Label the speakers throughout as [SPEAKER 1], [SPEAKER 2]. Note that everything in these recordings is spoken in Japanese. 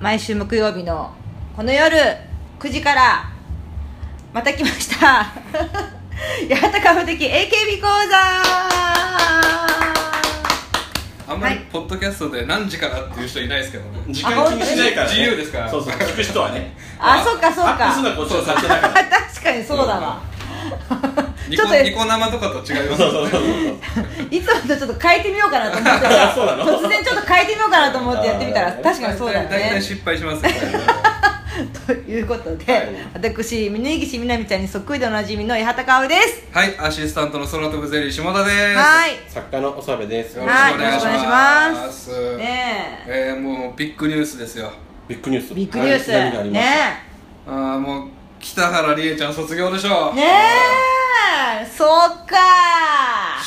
[SPEAKER 1] 毎週木曜日のこの夜9時からまた来ました 八幡カフ的 AKB 講座
[SPEAKER 2] あんまり
[SPEAKER 1] はい
[SPEAKER 2] ポッドキャストで何時からっていう人いないですけどね
[SPEAKER 3] 時間気にしないから、ね、
[SPEAKER 2] 自由ですから
[SPEAKER 3] そうそう聞く人はね
[SPEAKER 1] あそうかそうか
[SPEAKER 3] アップするのはこっちの勝手だから
[SPEAKER 1] 確かにそうだわ
[SPEAKER 2] ニ
[SPEAKER 1] ち
[SPEAKER 2] コ
[SPEAKER 1] ょっと
[SPEAKER 2] ニコ生とかと違います
[SPEAKER 3] そうそうそうそう
[SPEAKER 1] いつもとちょっと変えてみようかなと思 って
[SPEAKER 3] あそうなの
[SPEAKER 1] 突然ちょっと変えてみようかなと思ってやってみたら
[SPEAKER 3] あー
[SPEAKER 1] 確かにそうだよ
[SPEAKER 2] 大
[SPEAKER 1] ね
[SPEAKER 2] 体失敗しますよね
[SPEAKER 1] ということで、
[SPEAKER 3] はい
[SPEAKER 1] 私峯岸みなみちゃんにそっくりでおなじみの八幡薫です
[SPEAKER 2] はいアシスタントの空飛ぶゼリー下田です
[SPEAKER 1] はい
[SPEAKER 3] 作家のおさべです
[SPEAKER 2] よ
[SPEAKER 3] ビ
[SPEAKER 2] ろしくお
[SPEAKER 1] はい
[SPEAKER 2] 願いし
[SPEAKER 1] よろしくお
[SPEAKER 2] ま
[SPEAKER 1] 願いしますね
[SPEAKER 2] えー、もうビッグニュースですよ
[SPEAKER 3] ッグニュース
[SPEAKER 1] えビッグニュースね
[SPEAKER 3] 何がありまし
[SPEAKER 1] え
[SPEAKER 2] あーもう北原理恵ちゃん卒業でしょ
[SPEAKER 1] ねえそうか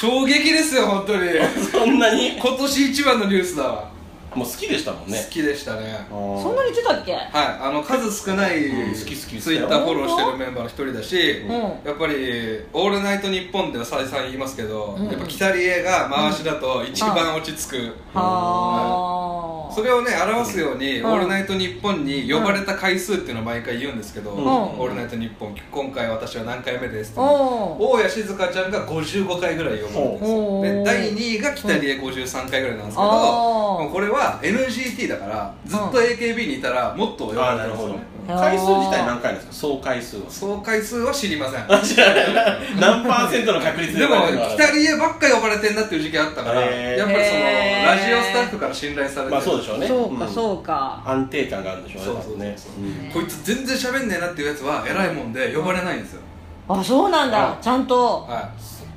[SPEAKER 2] 衝撃ですよ本 当に
[SPEAKER 3] たそんなに
[SPEAKER 2] 今年一番のニュースだわ、
[SPEAKER 3] もう好きでしたもんね
[SPEAKER 2] 好きでしたね
[SPEAKER 3] あー
[SPEAKER 1] そんなに言ってたっけ
[SPEAKER 2] はい、あの数少ない
[SPEAKER 3] うん好き好き
[SPEAKER 2] ツイッターフォローしてるメンバーの一人だし、
[SPEAKER 1] ん
[SPEAKER 2] やっぱり「オールナイトニッポン」では再三言いますけど、
[SPEAKER 1] うん
[SPEAKER 2] やっぱ北リエが回しだと一番落ち着く、
[SPEAKER 1] はあ
[SPEAKER 2] それをね表すように「
[SPEAKER 1] うん
[SPEAKER 2] オールナイトニッポン」に呼ばれた回数っていうのを毎回言うんですけど「
[SPEAKER 3] うん
[SPEAKER 2] オールナイトニッポン」今回私は何回目ですって
[SPEAKER 1] お
[SPEAKER 2] 大谷静香ちゃんが55回ぐらい呼ばれてるんです
[SPEAKER 1] お
[SPEAKER 2] よ
[SPEAKER 1] う
[SPEAKER 2] で第2位が北理恵53回ぐらいなんですけど
[SPEAKER 1] おう
[SPEAKER 2] これは NGT だからずっと AKB にいたらもっと呼ば
[SPEAKER 3] あ
[SPEAKER 2] れ
[SPEAKER 3] ー
[SPEAKER 2] て
[SPEAKER 3] な
[SPEAKER 2] る
[SPEAKER 3] る
[SPEAKER 2] んですよ
[SPEAKER 3] ほど
[SPEAKER 2] ね
[SPEAKER 3] 回数自体何回なんですか総回数は
[SPEAKER 2] 総回数は知りません
[SPEAKER 3] 何パーセントの確率
[SPEAKER 2] でも北
[SPEAKER 3] に
[SPEAKER 2] 理恵ばっか呼ばれてんなっていう時期あったから
[SPEAKER 3] へー
[SPEAKER 2] やっぱりその
[SPEAKER 1] へー
[SPEAKER 2] ラジオスタッフから信頼されてる
[SPEAKER 3] まあそうでしょうね
[SPEAKER 1] そうか
[SPEAKER 3] ん
[SPEAKER 1] そうか
[SPEAKER 3] 安定感があるんでしょうね
[SPEAKER 2] そうそう
[SPEAKER 3] 多分ね
[SPEAKER 2] そう
[SPEAKER 3] うん
[SPEAKER 2] こいつ全然喋んねえなっていうやつは偉いもんで呼ばれないんですよ
[SPEAKER 1] あそうなんだ
[SPEAKER 2] はい
[SPEAKER 1] ちゃんと
[SPEAKER 2] は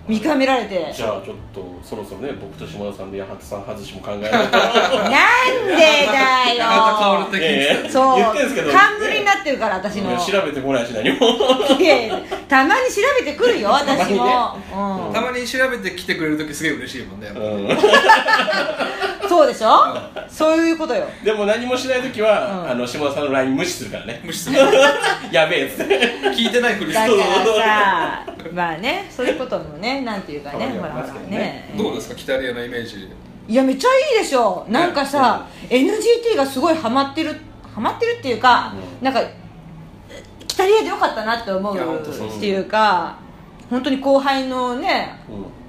[SPEAKER 1] 見極められて
[SPEAKER 3] じゃあちょっとそろそろね僕と島田さんで八幡さん外しも考えないと
[SPEAKER 1] なんで
[SPEAKER 2] い八
[SPEAKER 1] だよ
[SPEAKER 2] 幡薫 的に
[SPEAKER 3] ええ
[SPEAKER 1] そう
[SPEAKER 3] 言ってんすけど
[SPEAKER 1] 冠になってるから私の
[SPEAKER 3] いや調べてこないし何も
[SPEAKER 1] いやいやたまに調べてくるよ私も、
[SPEAKER 2] たまに調べてきてくれる時すげえ嬉しいもんねやっぱ
[SPEAKER 3] うん
[SPEAKER 1] うん、そうでしょそういうことよ
[SPEAKER 3] でも何もしない時は、
[SPEAKER 1] うん
[SPEAKER 3] あの島田さんの LINE 無視するからね
[SPEAKER 2] 無視する
[SPEAKER 3] やべえっつって
[SPEAKER 2] 聞いてないふりし
[SPEAKER 1] だ
[SPEAKER 2] て
[SPEAKER 1] か
[SPEAKER 2] る
[SPEAKER 1] らさまあねそういうこともねなんていうかね
[SPEAKER 3] たまに
[SPEAKER 1] ほ
[SPEAKER 3] は
[SPEAKER 1] らほら
[SPEAKER 3] ありますけどね
[SPEAKER 1] ね
[SPEAKER 2] どうですか北リエのイメージ
[SPEAKER 1] いやめっちゃいいでしょなんかさ、NGT がすごいハマってるハマってるっていうか、
[SPEAKER 3] う
[SPEAKER 1] なんか来たりえでよかったなって思う
[SPEAKER 2] いやほんとそう
[SPEAKER 1] っていうか本当に後輩のね、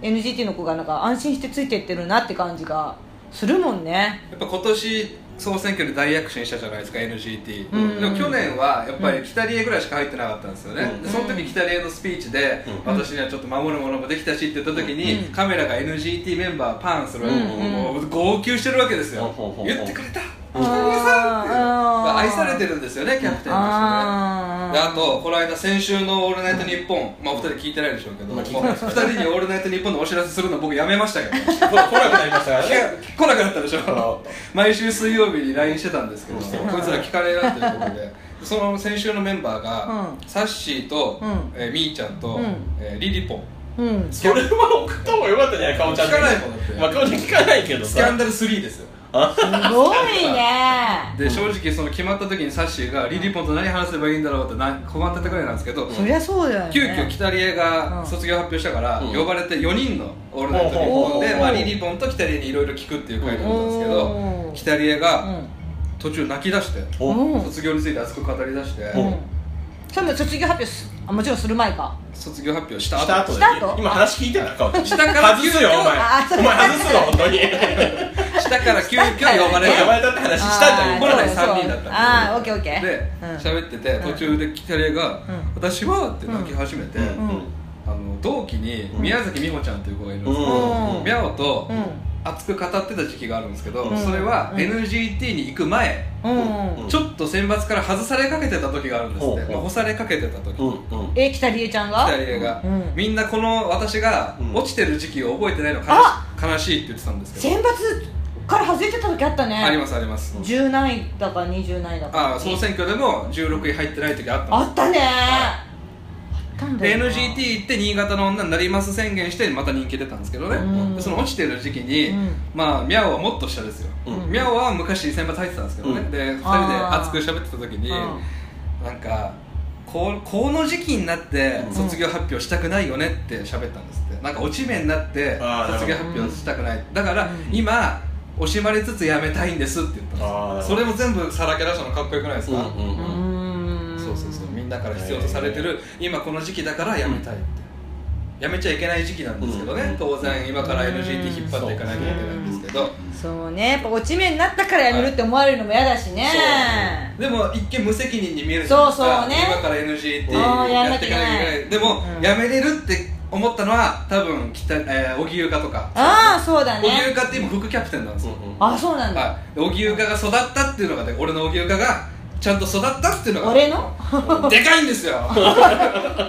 [SPEAKER 3] う
[SPEAKER 1] NGT の子がなんか安心してついていってるなって感じがするもんね
[SPEAKER 2] やっぱ今年総選挙で大躍進したじゃないですか NGT、
[SPEAKER 1] うん
[SPEAKER 2] でも去年はやっぱり北リエぐらいしか入ってなかったんですよね、
[SPEAKER 3] うん
[SPEAKER 2] でその時北リエのスピーチで、
[SPEAKER 3] うん
[SPEAKER 2] 私にはちょっと守るものもできたしって言った時に、カメラが NGT メンバーパンするわけ、
[SPEAKER 1] うん
[SPEAKER 2] もう号泣してるわけですよ、
[SPEAKER 3] うん
[SPEAKER 2] 言ってくれた
[SPEAKER 1] うん
[SPEAKER 2] 北リエさんってい
[SPEAKER 1] う
[SPEAKER 2] う
[SPEAKER 1] ん
[SPEAKER 2] まあ愛されてるんですよねキャプテンとしてね
[SPEAKER 1] あー
[SPEAKER 2] であとこの間先週の「オールナイトニッポン」まあお二人聞いてないでしょうけど、
[SPEAKER 3] まあ聞いて
[SPEAKER 2] もう
[SPEAKER 3] ない
[SPEAKER 2] 二人に「オールナイトニッポン」のお知らせするの僕やめましたけど
[SPEAKER 3] 来なくなりましたから
[SPEAKER 2] いや
[SPEAKER 3] ね
[SPEAKER 2] 来なくなったでし
[SPEAKER 3] あ
[SPEAKER 2] ょ
[SPEAKER 3] の
[SPEAKER 2] 毎週水曜日に LINE してたんですけどこい
[SPEAKER 3] し
[SPEAKER 2] つ
[SPEAKER 3] て
[SPEAKER 2] ら
[SPEAKER 3] ま
[SPEAKER 2] 聞かれなっていうことで その先週のメンバーが、
[SPEAKER 1] うん
[SPEAKER 2] サッシーと、
[SPEAKER 1] うん
[SPEAKER 2] えーみーちゃんと、
[SPEAKER 1] うん
[SPEAKER 2] えーリリポン
[SPEAKER 1] うん
[SPEAKER 3] それは送った方がよかったんじゃないかおちゃん
[SPEAKER 2] 聞かないもんだって
[SPEAKER 3] まあかおちゃん聞かないけど
[SPEAKER 2] スキャ
[SPEAKER 3] さ
[SPEAKER 2] ンダル3ですよ
[SPEAKER 1] すごいね
[SPEAKER 2] で正直その決まった時にサッシーがリリポンと何話せばいいんだろうってな困ってたぐらいなんですけど、
[SPEAKER 1] そりゃそうだよね
[SPEAKER 2] 急遽北リエ
[SPEAKER 1] う
[SPEAKER 2] が
[SPEAKER 1] ん
[SPEAKER 2] 卒業発表したから、
[SPEAKER 3] うん
[SPEAKER 2] 呼ばれて4人の「オールナイトニッポン」で、
[SPEAKER 3] おー
[SPEAKER 2] まあ、リリポンと北リエにいろいろ聞くっていう回だったんですけど
[SPEAKER 1] おー
[SPEAKER 2] 北リエが途中泣き出して、
[SPEAKER 3] お
[SPEAKER 1] うん
[SPEAKER 2] 卒業について熱く語り出して、
[SPEAKER 1] う
[SPEAKER 3] う
[SPEAKER 1] ん、うんん、それも卒業発表すあもちろんする前か
[SPEAKER 2] 卒業発表した後
[SPEAKER 3] した後で
[SPEAKER 1] した後
[SPEAKER 3] 今話聞いてたかおちゃん
[SPEAKER 2] 下から
[SPEAKER 3] 外すよお前
[SPEAKER 1] あそう
[SPEAKER 3] お前外すぞ本当に
[SPEAKER 2] 下から急遽呼ばれ
[SPEAKER 3] 呼
[SPEAKER 2] る
[SPEAKER 3] ばれたって話したじゃん
[SPEAKER 2] 怒
[SPEAKER 3] 今
[SPEAKER 2] ら
[SPEAKER 1] あー
[SPEAKER 2] ない
[SPEAKER 1] そう
[SPEAKER 2] 3人だったんで
[SPEAKER 1] ああオッケーオッケー
[SPEAKER 2] で
[SPEAKER 1] うん、
[SPEAKER 2] 喋ってて途中で北リエが
[SPEAKER 1] ん
[SPEAKER 2] 「私は」って泣き始めて、
[SPEAKER 3] うん
[SPEAKER 2] あの同期に宮崎美穂ちゃんっていう子がいるんですけ
[SPEAKER 3] う
[SPEAKER 2] ど、
[SPEAKER 3] ん
[SPEAKER 1] うん
[SPEAKER 2] ミャオと
[SPEAKER 1] うん
[SPEAKER 2] 熱く語ってた時期があるんですけど、
[SPEAKER 3] うん
[SPEAKER 2] それは
[SPEAKER 1] うん
[SPEAKER 2] NGT に行く前、
[SPEAKER 1] うん
[SPEAKER 3] うん
[SPEAKER 2] ちょっと選抜から外されかけてた時があるんですって、
[SPEAKER 3] うん
[SPEAKER 2] まあ干されかけてた時、
[SPEAKER 3] うんうん
[SPEAKER 1] え北理恵ちゃんが
[SPEAKER 2] 北リエが、
[SPEAKER 1] うん
[SPEAKER 2] みんなこの私が
[SPEAKER 3] うん
[SPEAKER 2] 落ちてる時期を覚えてないの悲し悲しいって言ってたんですけど
[SPEAKER 1] 選抜から外れてた時あったね
[SPEAKER 2] ありますあります、
[SPEAKER 1] 10何位だか20何位だか
[SPEAKER 2] ああ総選挙でも16位入ってない時あったん
[SPEAKER 1] あ
[SPEAKER 2] で
[SPEAKER 1] ったねあっ
[SPEAKER 2] は
[SPEAKER 1] たん
[SPEAKER 2] す
[SPEAKER 1] だ
[SPEAKER 2] で
[SPEAKER 1] よな
[SPEAKER 2] NGT 行って新潟の女になります宣言してまた人気出たんですけどね、
[SPEAKER 1] うん
[SPEAKER 2] でその落ちてる時期に、
[SPEAKER 1] うん
[SPEAKER 2] まあミャオはもっと下ですよ、
[SPEAKER 3] うん
[SPEAKER 2] ミャオは昔選抜入ってたんですけどね、
[SPEAKER 3] うん
[SPEAKER 2] で2人で
[SPEAKER 1] あー
[SPEAKER 2] 熱く喋ってた時に、
[SPEAKER 1] うん
[SPEAKER 2] なんかこうこの時期になって
[SPEAKER 3] うん
[SPEAKER 2] 卒業発表したくないよねって喋ったんですってなんか落ち目になって
[SPEAKER 3] あー
[SPEAKER 2] 卒業発表したくないだから今惜しまれつつやめたいんですって言ったんです
[SPEAKER 3] あーなるほど
[SPEAKER 2] それも全部さらけ出したのかっこよくないですか、
[SPEAKER 3] うんうんうん
[SPEAKER 1] ん
[SPEAKER 2] そうそうそうみんなから必要とされてる今この時期だからやめたいってやめちゃいけない時期なんですけどね、
[SPEAKER 3] うん
[SPEAKER 2] 当然今から LGBT 引っ張っていかなきゃいけないんですけど、
[SPEAKER 1] そうねやっぱ落ち目になったからやめるって思われるのも嫌だしね、
[SPEAKER 2] でも一見無責任に見えるじゃない
[SPEAKER 1] そ
[SPEAKER 2] ですか
[SPEAKER 1] うそうね
[SPEAKER 2] 今から NG って
[SPEAKER 1] あー
[SPEAKER 2] やっていかなきゃいけないでも、
[SPEAKER 1] うん
[SPEAKER 2] やめれるって思ったのは多分北、えー、荻生香とか
[SPEAKER 1] ああそうだ
[SPEAKER 2] 荻生
[SPEAKER 1] ね
[SPEAKER 2] 香って今副キャプテンなんですよ、
[SPEAKER 3] うんうん
[SPEAKER 1] あそうなんだ、
[SPEAKER 2] はい、荻生香が育ったっていうのがね俺の荻生香がちゃんと育ったっていうのが
[SPEAKER 1] 俺の
[SPEAKER 2] でかいんで すよ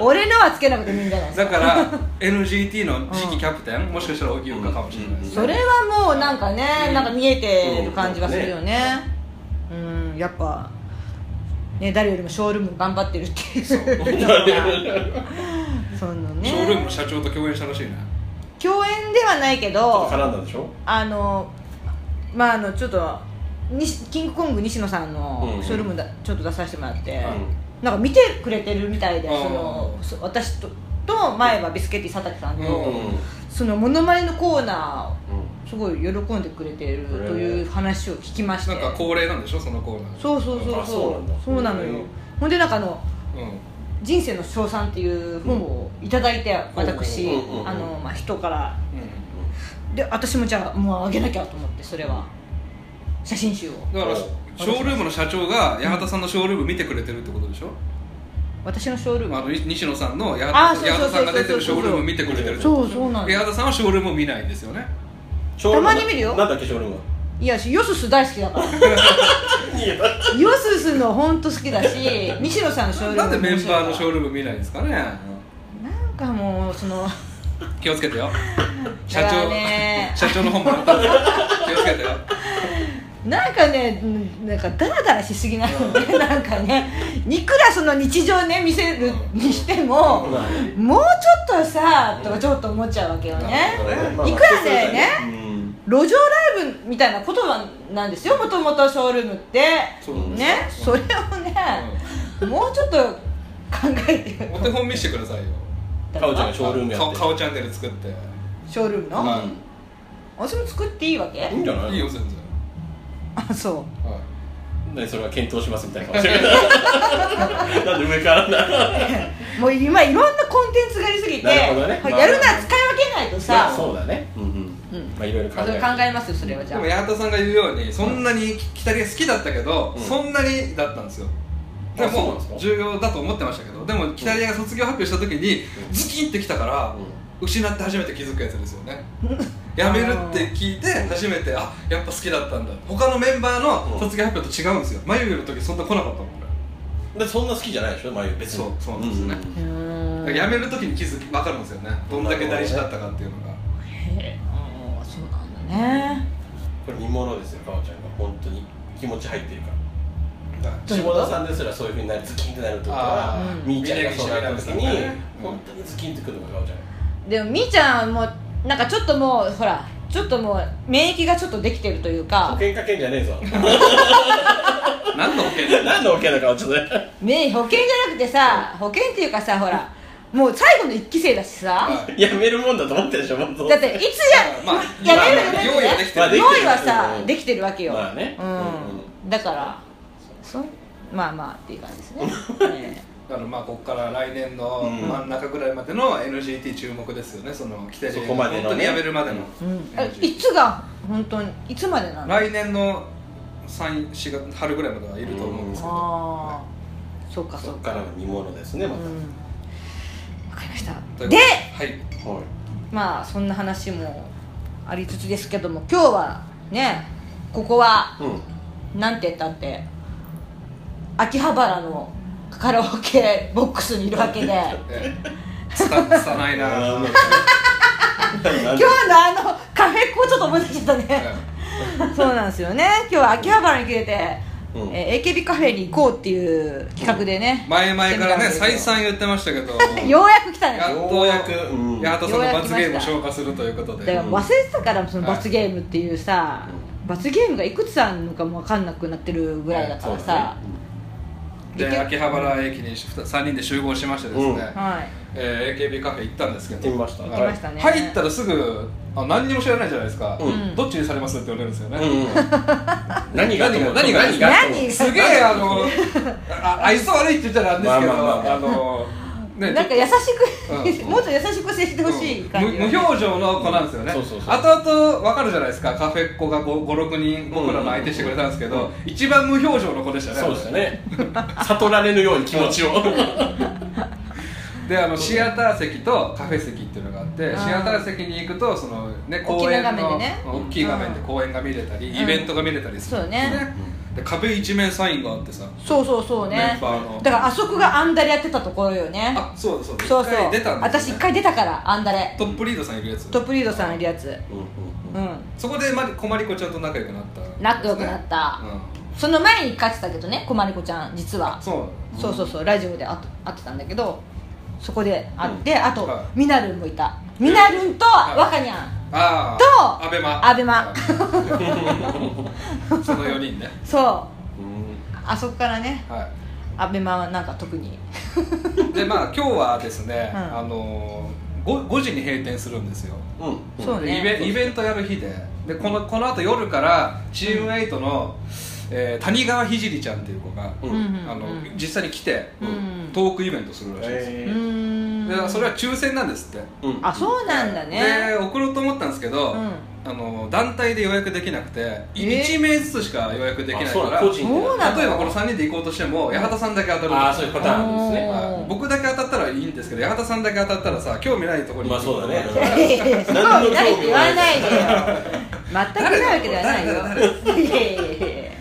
[SPEAKER 1] 俺のはつけなくてもいいんじゃないですか
[SPEAKER 2] だから NGT の次期キャプテン、もしかしたら荻生香かもしれないです、
[SPEAKER 1] それはもうなんかね、
[SPEAKER 2] うん
[SPEAKER 1] なんか見えてる感じがするよねうんやっぱね誰よりもショールーム頑張ってるっていう そのね
[SPEAKER 2] ショールームの社長と共演したらしいね
[SPEAKER 1] 共演ではないけど
[SPEAKER 3] 絡んだんでしょ
[SPEAKER 1] あのまああのちょっとにキングコング西野さんの
[SPEAKER 3] うん
[SPEAKER 1] ショールームだ、ちょっと出させてもらって、
[SPEAKER 3] ん
[SPEAKER 1] なんか見てくれてるみたいで、
[SPEAKER 2] うん
[SPEAKER 1] そのそ私とと前はビスケッティ佐竹さんと、
[SPEAKER 2] うん
[SPEAKER 1] そのモノマネのコーナーを
[SPEAKER 3] う
[SPEAKER 1] すごい喜んでくれてると
[SPEAKER 3] へえ
[SPEAKER 1] いう話を聞きまして
[SPEAKER 2] なんか恒例なんでしょそのコーナー
[SPEAKER 1] そうそうそう
[SPEAKER 3] あそう
[SPEAKER 1] そ
[SPEAKER 3] な
[SPEAKER 1] うそうな
[SPEAKER 3] んだ
[SPEAKER 1] の
[SPEAKER 3] へ
[SPEAKER 1] よ
[SPEAKER 3] え
[SPEAKER 1] ほんでなんかあの
[SPEAKER 2] うん
[SPEAKER 1] 「人生の称賛」っていう本をいただいて私
[SPEAKER 3] うんうんうん
[SPEAKER 1] あの、まあ、人から
[SPEAKER 2] うん
[SPEAKER 1] で私もじゃあもうあげなきゃと思ってそれは写真集を
[SPEAKER 2] だから
[SPEAKER 3] お
[SPEAKER 2] ショールームの社長が八幡さんのショールーム見てくれてるってことでしょ、
[SPEAKER 1] 私のショールーム
[SPEAKER 2] あのに西野さんの八
[SPEAKER 1] あ
[SPEAKER 2] 幡
[SPEAKER 1] そう
[SPEAKER 2] 八
[SPEAKER 1] そうそうそう
[SPEAKER 2] 幡さんが出てるショールーム見てくれてるってこ
[SPEAKER 1] そうそうな
[SPEAKER 2] と
[SPEAKER 1] の
[SPEAKER 2] 八幡さんはショールームを見ないんですよね
[SPEAKER 3] ん
[SPEAKER 1] たまに見るよ
[SPEAKER 3] なんだっけショールームはい
[SPEAKER 1] やしヨスス大好きだから ヨススの本当好きだし西野さんのショールーム
[SPEAKER 2] なんでメンバーのショー
[SPEAKER 1] ー
[SPEAKER 2] ルーム見ないんですかね
[SPEAKER 1] ルなんかもうその
[SPEAKER 2] 気をつけてよ社
[SPEAKER 1] だか
[SPEAKER 2] 長
[SPEAKER 1] らね
[SPEAKER 2] 社長の本もらったんだよ気をつけてよ
[SPEAKER 1] なんかね、うんなんかダラダラしすぎなのね、なんかね、いくらその日常ね、見せるにしても、もうちょっとさ、とかちょっと思っちゃうわけよね。
[SPEAKER 3] まあまあ
[SPEAKER 1] いくらでね
[SPEAKER 3] うん
[SPEAKER 1] 路上ライブみたいなことなんですよ、もともとショールームって。
[SPEAKER 2] そうなんですよ
[SPEAKER 1] ね、それをね、もうちょっと考えて
[SPEAKER 2] うんお手本見せてくださいよ
[SPEAKER 3] かおちゃんがショールームやっ
[SPEAKER 2] 顔
[SPEAKER 3] て
[SPEAKER 2] 顔チャンネル作って
[SPEAKER 1] ショールームの、
[SPEAKER 2] は
[SPEAKER 1] 私も作っていいわけ
[SPEAKER 3] いいんじゃない
[SPEAKER 2] いいよ全然
[SPEAKER 1] あ、そう。
[SPEAKER 2] はい
[SPEAKER 3] ねそれは検討しますみたいな顔してるなんで上からな
[SPEAKER 1] もう今いろんなコンテンツがありすぎて、
[SPEAKER 3] なるほどね
[SPEAKER 1] これやるなら使い分けないと
[SPEAKER 3] まあ
[SPEAKER 1] さ、
[SPEAKER 3] そうだねうんうん
[SPEAKER 1] うん
[SPEAKER 3] まあいろいろ考
[SPEAKER 1] そ
[SPEAKER 3] え
[SPEAKER 1] れ
[SPEAKER 3] る
[SPEAKER 1] 考えますよ、それはじ
[SPEAKER 2] で
[SPEAKER 1] ゃあ
[SPEAKER 2] も。八幡さんが言うようにそんなに北毛好きだったけど、
[SPEAKER 3] うん
[SPEAKER 2] そんなにだったんですよ
[SPEAKER 3] あ
[SPEAKER 2] で
[SPEAKER 3] そうなん
[SPEAKER 2] も
[SPEAKER 3] ですか
[SPEAKER 2] 重要だと思ってましたけどでも北毛が卒業発表した時に
[SPEAKER 3] うん
[SPEAKER 2] ズキンってきたから、失って初めて気づくやつですよねやめるって聞いて初めてあやっぱ好きだったんだ他のメンバー
[SPEAKER 3] うん
[SPEAKER 2] の卒業発表と違うんですよ眉毛の時そんな来なかったもん俺
[SPEAKER 3] でそんな好きじゃないでしょ眉毛別に
[SPEAKER 2] そうそうなんですよね
[SPEAKER 1] うーん
[SPEAKER 2] だからやめる時に気づき分かるんですよねどんだけ大事だったかっていうのが
[SPEAKER 1] へえああそうなんだね
[SPEAKER 3] これ見ものですよかおちゃんが本当に気持ち入ってるか
[SPEAKER 2] だ
[SPEAKER 3] ら
[SPEAKER 2] から
[SPEAKER 1] どういうこ
[SPEAKER 3] 下
[SPEAKER 1] と
[SPEAKER 3] 田さんですらそういうふうになりズキンってなるとか
[SPEAKER 2] あ
[SPEAKER 1] ー
[SPEAKER 3] みーちゃんがそうなった時に
[SPEAKER 2] うん
[SPEAKER 3] 本当にズキンってくるのがかおちゃん
[SPEAKER 1] でもみーちゃんもなんかちょっともうほらちょっともう免疫がちょっとできてるという
[SPEAKER 3] 保
[SPEAKER 1] か
[SPEAKER 3] 険かけんじゃねえぞ
[SPEAKER 2] 何の保険だよ
[SPEAKER 3] 何の保険だかおちゃんね
[SPEAKER 1] 免保険じゃなくてさ保険っていうかさほらもう最後の一期生だしさ
[SPEAKER 3] やめるもんだと思ってるでしょ本当
[SPEAKER 1] だっていつや、
[SPEAKER 2] まあ
[SPEAKER 1] やめる
[SPEAKER 2] まあ
[SPEAKER 1] やめる
[SPEAKER 2] 用意はできて
[SPEAKER 3] まあ
[SPEAKER 2] る
[SPEAKER 3] でき
[SPEAKER 1] 用意はさ
[SPEAKER 3] うんうん
[SPEAKER 1] できてるわけよ、
[SPEAKER 3] まあね
[SPEAKER 1] う
[SPEAKER 3] うん
[SPEAKER 1] ん、だからそまあまあっていう感じ ですねえ
[SPEAKER 2] だからまあここから来年の
[SPEAKER 3] うん
[SPEAKER 2] 真ん中ぐらいまでの NGT 注目ですよね、その北
[SPEAKER 3] そ
[SPEAKER 2] で
[SPEAKER 3] こまでのね
[SPEAKER 2] 本当にやめるまでの、
[SPEAKER 1] えうんえ
[SPEAKER 2] NGT
[SPEAKER 1] いつが本当にいつまでなの
[SPEAKER 2] 来年の3、4月、春ぐらいまではいると思うんですけど、
[SPEAKER 1] ああそうか
[SPEAKER 3] そ
[SPEAKER 1] そう
[SPEAKER 3] っ
[SPEAKER 1] か
[SPEAKER 3] からの見ものですねま
[SPEAKER 1] う
[SPEAKER 3] た
[SPEAKER 1] んわかりました
[SPEAKER 2] ということ
[SPEAKER 1] で
[SPEAKER 2] はい、
[SPEAKER 3] はい
[SPEAKER 1] まあそんな話もありつつですけども今日はねここは
[SPEAKER 3] うん
[SPEAKER 1] なんて言ったって秋葉原のカラオケボックスにいるわけで
[SPEAKER 2] ええつたつたないな、
[SPEAKER 3] あ
[SPEAKER 2] は
[SPEAKER 3] ー
[SPEAKER 2] い
[SPEAKER 1] 今日のあのカフェっ子ちょっと思い出しちゃったねそうなんですよね今日は秋葉原に来てて、
[SPEAKER 3] うん
[SPEAKER 1] えー AKB カフェに行こうっていう企画でね、
[SPEAKER 2] 前 々からね、
[SPEAKER 1] 来てみたん
[SPEAKER 2] 再
[SPEAKER 1] ですけど
[SPEAKER 2] 三言ってましたけど、
[SPEAKER 1] ようやく来たね
[SPEAKER 2] やっとやく
[SPEAKER 3] う
[SPEAKER 2] 八
[SPEAKER 3] ん
[SPEAKER 2] 幡さんの罰ゲームを消化するということ
[SPEAKER 1] だか
[SPEAKER 2] で
[SPEAKER 1] ら、忘れてたからその罰ゲームっていうさ、
[SPEAKER 3] は
[SPEAKER 1] 罰ゲームがいくつあるのかも分かんなくなってるぐらいだからさ、
[SPEAKER 3] はいそうだね
[SPEAKER 2] で秋葉原駅に3人で集合しましてですね、
[SPEAKER 3] うん
[SPEAKER 1] はい
[SPEAKER 2] えー AKB カフェ行ったんですけど
[SPEAKER 3] 行ってみました
[SPEAKER 2] はい
[SPEAKER 3] 行
[SPEAKER 1] きましたね
[SPEAKER 2] 入ったらすぐあ何にも知らないじゃないですか、
[SPEAKER 1] うん
[SPEAKER 2] どっちにされますって言われるんですよね、
[SPEAKER 3] うんうん何がと思う
[SPEAKER 2] 何が
[SPEAKER 3] 何がと思う
[SPEAKER 1] 何
[SPEAKER 2] すげえあのあ愛想悪いって言ったらなんですけど、
[SPEAKER 3] まあまあまあまあ
[SPEAKER 2] あのね
[SPEAKER 1] なんか優しく、
[SPEAKER 2] う ん
[SPEAKER 1] もっと優しく接してほしい感じ、
[SPEAKER 2] 無無表情の子なんですよね、
[SPEAKER 3] うんそうそうそう
[SPEAKER 2] 後々わかるじゃないですかカフェっ子が56人僕らの相手してくれたんですけど、一番無表情の子でしたね
[SPEAKER 3] そうでしたね悟られぬように気持ちを
[SPEAKER 2] であのシアター席とカフェ席っていうのがあって
[SPEAKER 1] うん
[SPEAKER 2] シアター席に行くとその、ね、
[SPEAKER 1] 大き
[SPEAKER 2] 公
[SPEAKER 1] な
[SPEAKER 2] 園
[SPEAKER 1] 画面で
[SPEAKER 2] の
[SPEAKER 1] ね
[SPEAKER 2] うん大きい画面で公演が見れたり、
[SPEAKER 1] ん
[SPEAKER 2] イベントが見れたりするんです
[SPEAKER 1] そうね
[SPEAKER 2] で壁一面サインがあってさ
[SPEAKER 1] そうそうそう
[SPEAKER 2] メ
[SPEAKER 1] ね
[SPEAKER 2] ンバーの
[SPEAKER 1] だからあそこがアンダレやってたところよね
[SPEAKER 2] あそうだそうだ
[SPEAKER 1] そうそう
[SPEAKER 2] 一回出たんです
[SPEAKER 1] 私一回出たからアンダレ
[SPEAKER 2] トップリードさんいるやつ
[SPEAKER 1] トップリードさんいるやつうん
[SPEAKER 2] そこでまりこまりこちゃんと仲良くなったんですね、
[SPEAKER 1] 仲良くなったその前に勝ってたけどねこまりこちゃん実
[SPEAKER 2] う
[SPEAKER 1] は
[SPEAKER 2] ん、そう
[SPEAKER 1] そうそうそうラジオで会っ会ってたんだけどそこで会って、あと、
[SPEAKER 2] はい
[SPEAKER 1] みなるんもいたみなるんと
[SPEAKER 2] はい
[SPEAKER 1] 若にゃん
[SPEAKER 2] ああ
[SPEAKER 1] と
[SPEAKER 2] アベマ
[SPEAKER 1] アベマ
[SPEAKER 2] うん その4人ね
[SPEAKER 1] そう
[SPEAKER 3] うん
[SPEAKER 1] あそこからね
[SPEAKER 2] は
[SPEAKER 1] アベマはなんか特に
[SPEAKER 2] いでまあ今日はですね、
[SPEAKER 1] うん
[SPEAKER 2] あのー、5, 5時に閉店するんですよ
[SPEAKER 3] うん
[SPEAKER 1] そうね
[SPEAKER 2] イベイベントやる日ででこのこの後夜からチームエイトの、えー谷川ひじりちゃんっていう子が、
[SPEAKER 3] うん
[SPEAKER 1] うん
[SPEAKER 2] あの
[SPEAKER 1] うん
[SPEAKER 2] 実際に来て、
[SPEAKER 1] うん
[SPEAKER 2] トークイベントするらしいですよ、
[SPEAKER 1] う
[SPEAKER 3] えー
[SPEAKER 1] ーん
[SPEAKER 2] でそれは抽選なんですって
[SPEAKER 3] うん
[SPEAKER 1] あそうなんだね
[SPEAKER 2] で送ろうと思ったんですけど、
[SPEAKER 1] うん
[SPEAKER 2] あの団体で予約できなくて、一
[SPEAKER 1] え
[SPEAKER 2] 1名ずつしか予約できない
[SPEAKER 3] あ
[SPEAKER 2] か
[SPEAKER 3] そう
[SPEAKER 2] ら
[SPEAKER 3] だ個人
[SPEAKER 1] そうなの
[SPEAKER 2] 例えばこの3人で行こうとしても八幡さんだけ当たるんです
[SPEAKER 3] ああそういうパターンですね
[SPEAKER 2] はい僕だけ当たったらいいんですけど八幡さんだけ当たったらさ興味ないところに
[SPEAKER 3] まあそうだね
[SPEAKER 1] いやいやいやそう
[SPEAKER 3] 何の興味もない
[SPEAKER 1] ないって言わないでよ全くないわけではない
[SPEAKER 2] 誰だ誰だ
[SPEAKER 1] よいやいやいやいや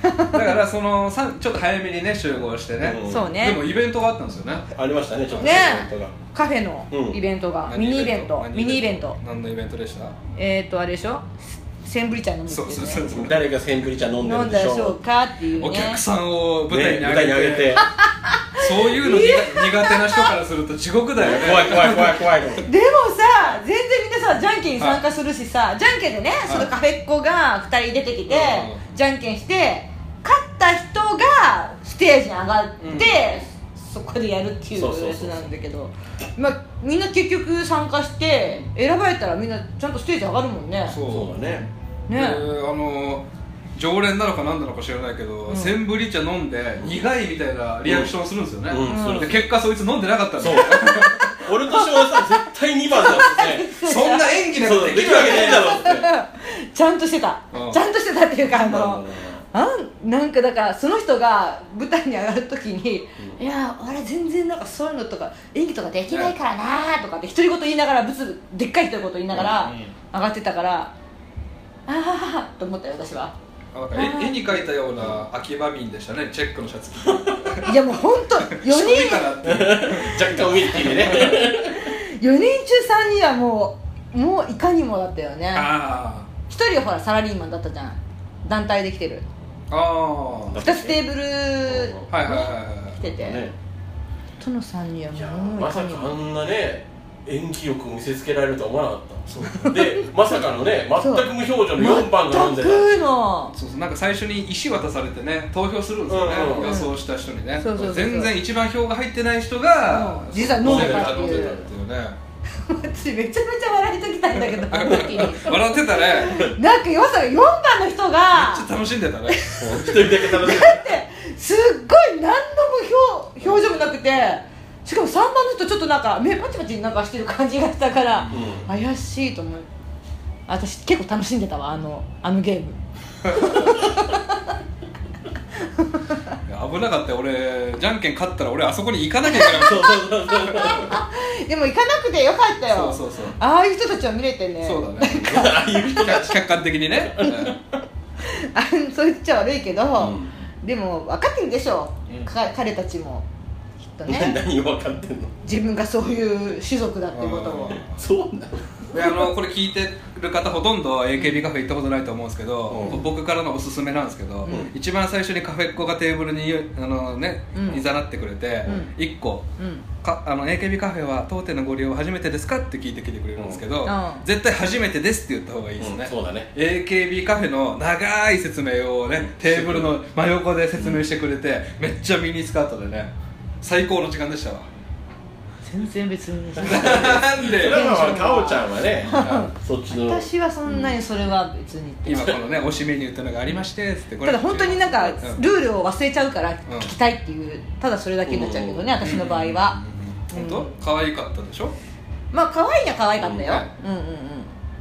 [SPEAKER 2] だからそのさんちょっと早めにね集合してね、
[SPEAKER 3] うん
[SPEAKER 1] そう
[SPEAKER 2] でも
[SPEAKER 1] ね
[SPEAKER 2] イベントがあったんですよね
[SPEAKER 3] ありましたねちょっと
[SPEAKER 1] ね
[SPEAKER 3] イベントが
[SPEAKER 1] カフェの
[SPEAKER 3] うん
[SPEAKER 1] イベントがミニイベント
[SPEAKER 2] 何
[SPEAKER 1] ミニイベント
[SPEAKER 2] 何のイベントでした
[SPEAKER 1] えっとあれでしょセンブリ茶飲むってい
[SPEAKER 2] そうそうそうう
[SPEAKER 1] ね
[SPEAKER 2] そう
[SPEAKER 3] 誰がセンブリ茶飲んで
[SPEAKER 1] 飲
[SPEAKER 3] る
[SPEAKER 1] ん
[SPEAKER 3] んで
[SPEAKER 1] だ
[SPEAKER 3] し
[SPEAKER 1] で
[SPEAKER 3] ょう
[SPEAKER 1] しょうかっていうね
[SPEAKER 2] お客さんを舞台
[SPEAKER 3] ね
[SPEAKER 2] に
[SPEAKER 3] 舞台に上げて
[SPEAKER 2] そういうの苦苦手な人からすると地獄だよね
[SPEAKER 3] 怖い怖い怖い怖い
[SPEAKER 1] でもさ全然みんなさじゃんけんに参加するしさじゃんけんでね
[SPEAKER 2] い
[SPEAKER 1] そのカフェっ子が2人出てきて
[SPEAKER 2] う
[SPEAKER 1] じゃんけんして勝った人がステージに上がって、
[SPEAKER 2] うん
[SPEAKER 1] そこでやるってい
[SPEAKER 3] そうそう
[SPEAKER 1] う
[SPEAKER 3] そう
[SPEAKER 1] やつなんだけどまあみんな結局参加して選ばれたらみんなちゃんとステージ上がるもんね
[SPEAKER 2] そう
[SPEAKER 3] そうだね
[SPEAKER 1] ね
[SPEAKER 2] であの常連なのか何なのか知らないけど、
[SPEAKER 1] ん
[SPEAKER 2] センブリ茶飲んで苦いみたいなリアクションするんですよね、
[SPEAKER 3] うん
[SPEAKER 1] うん
[SPEAKER 2] で結果そいつ飲んでなかったんだ
[SPEAKER 3] そう
[SPEAKER 2] よ
[SPEAKER 3] 俺と翔さん絶対2番だってね
[SPEAKER 2] そんな演技なん
[SPEAKER 3] そう
[SPEAKER 2] て
[SPEAKER 3] できるわけねえだろって
[SPEAKER 1] ちゃんとしてた、
[SPEAKER 2] うん
[SPEAKER 1] ちゃんとしてたっていうかあ
[SPEAKER 3] なる
[SPEAKER 1] の
[SPEAKER 3] ほどね
[SPEAKER 1] あんなんかだからその人が舞台に上がる時に「いやー俺全然なんかそういうのとか演技とかできないからな」とかって独り言言いながらぶつでっかい独り言言いながら上がってたから「ああ」と思ったよ私は
[SPEAKER 2] あなんか絵絵に描いたような秋葉民でしたねチェックのシャツ着て
[SPEAKER 1] いやもう本 当4人
[SPEAKER 2] 仕込みかなっていう
[SPEAKER 3] 若干ウィッティで ね
[SPEAKER 1] 4人中3人はもうもういかにもだったよね
[SPEAKER 2] あ
[SPEAKER 1] 1人はほらサラリーマンだったじゃん団体で来てる
[SPEAKER 2] ーあー
[SPEAKER 1] 2つテーブル
[SPEAKER 2] はいはいは
[SPEAKER 1] 来てて、
[SPEAKER 3] ね
[SPEAKER 1] との3人はい
[SPEAKER 3] や
[SPEAKER 1] もう
[SPEAKER 3] ま
[SPEAKER 1] いか
[SPEAKER 3] さ
[SPEAKER 1] に
[SPEAKER 3] か
[SPEAKER 1] も
[SPEAKER 3] あんなね演技力を見せつけられるとは思わなかったでまさかのね全く無表情の4番が飲んでた
[SPEAKER 1] 全くの
[SPEAKER 2] いそうそうなんか最初に石渡されてね投票するんですよね、
[SPEAKER 3] うん
[SPEAKER 2] 予想した人にね、
[SPEAKER 1] そうそうそうそう
[SPEAKER 2] 全然一番票が入ってない人が、
[SPEAKER 1] うん実は飲んで
[SPEAKER 2] た
[SPEAKER 1] たっ
[SPEAKER 2] っ
[SPEAKER 1] てて
[SPEAKER 2] い
[SPEAKER 1] いうう
[SPEAKER 2] ね
[SPEAKER 1] 私めちゃめちゃ笑いてきたんだけどあの時
[SPEAKER 2] 笑ってたねめっ
[SPEAKER 1] なんかよさ4番の人が
[SPEAKER 2] ちゃ楽しんでたね
[SPEAKER 3] 一人だけ食べて
[SPEAKER 1] だってすっごい何の表表情もなくてしかも3番の人ちょっとなんか目パチパチなんかしてる感じがしたから、
[SPEAKER 3] うん
[SPEAKER 1] 怪しいと思う私結構楽しんでたわあのあのゲーム
[SPEAKER 2] いや危なかったよ俺じゃんけん勝ったら俺あそこに行かなきゃいけなかっ
[SPEAKER 1] でも行かなくてよかった
[SPEAKER 2] た
[SPEAKER 1] よ
[SPEAKER 2] そうそうそう
[SPEAKER 1] ああいう人たちは見れてね
[SPEAKER 2] そうだねああいう人た ち客観的にね
[SPEAKER 1] あそう言っちゃ悪いけど、
[SPEAKER 3] う
[SPEAKER 1] でも分かってるでしょ、
[SPEAKER 2] うん
[SPEAKER 1] か彼たちもきっと
[SPEAKER 3] ね
[SPEAKER 1] ね
[SPEAKER 3] 何を分かってんの
[SPEAKER 1] 自分がそういう種族だってことを
[SPEAKER 2] うん
[SPEAKER 3] そうなの
[SPEAKER 2] であのこれ聞いてる方ほとんど AKB カフェ行ったことないと思うんですけど、
[SPEAKER 3] うん
[SPEAKER 2] 僕からのおすすめなんですけど、
[SPEAKER 3] ん
[SPEAKER 2] 一番最初にカフェっ子がテーブルにあの、ね
[SPEAKER 1] うん
[SPEAKER 2] いざなってくれて、
[SPEAKER 1] う
[SPEAKER 2] 1個
[SPEAKER 1] うん
[SPEAKER 2] かあの AKB カフェは当店のご利用は初めてですかって聞いてきてくれるんですけど、
[SPEAKER 1] うんうん
[SPEAKER 2] 絶対初めてですって言った方がいいです
[SPEAKER 3] うん
[SPEAKER 2] ね、
[SPEAKER 3] そうだね
[SPEAKER 2] AKB カフェの長い説明をねテーブルの真横で説明してくれてめっちゃミニスカートでね最高の時間で したわ
[SPEAKER 1] 全然別に
[SPEAKER 2] なん
[SPEAKER 3] そ
[SPEAKER 2] で
[SPEAKER 3] れ はまあかおちゃんはね
[SPEAKER 2] は
[SPEAKER 3] そっちの
[SPEAKER 1] 私はそんなにそれは別にって
[SPEAKER 2] 今このね推しメニューってのがありましてつってこれ
[SPEAKER 1] ただ本当になんか
[SPEAKER 2] う
[SPEAKER 1] ルールを忘れちゃうから聞きたいっていうただそれだけになっちゃうけどね私の場合は
[SPEAKER 2] うん
[SPEAKER 1] うん
[SPEAKER 2] 本当可愛かったでしょ
[SPEAKER 1] まあ可愛いには可愛かったようんうん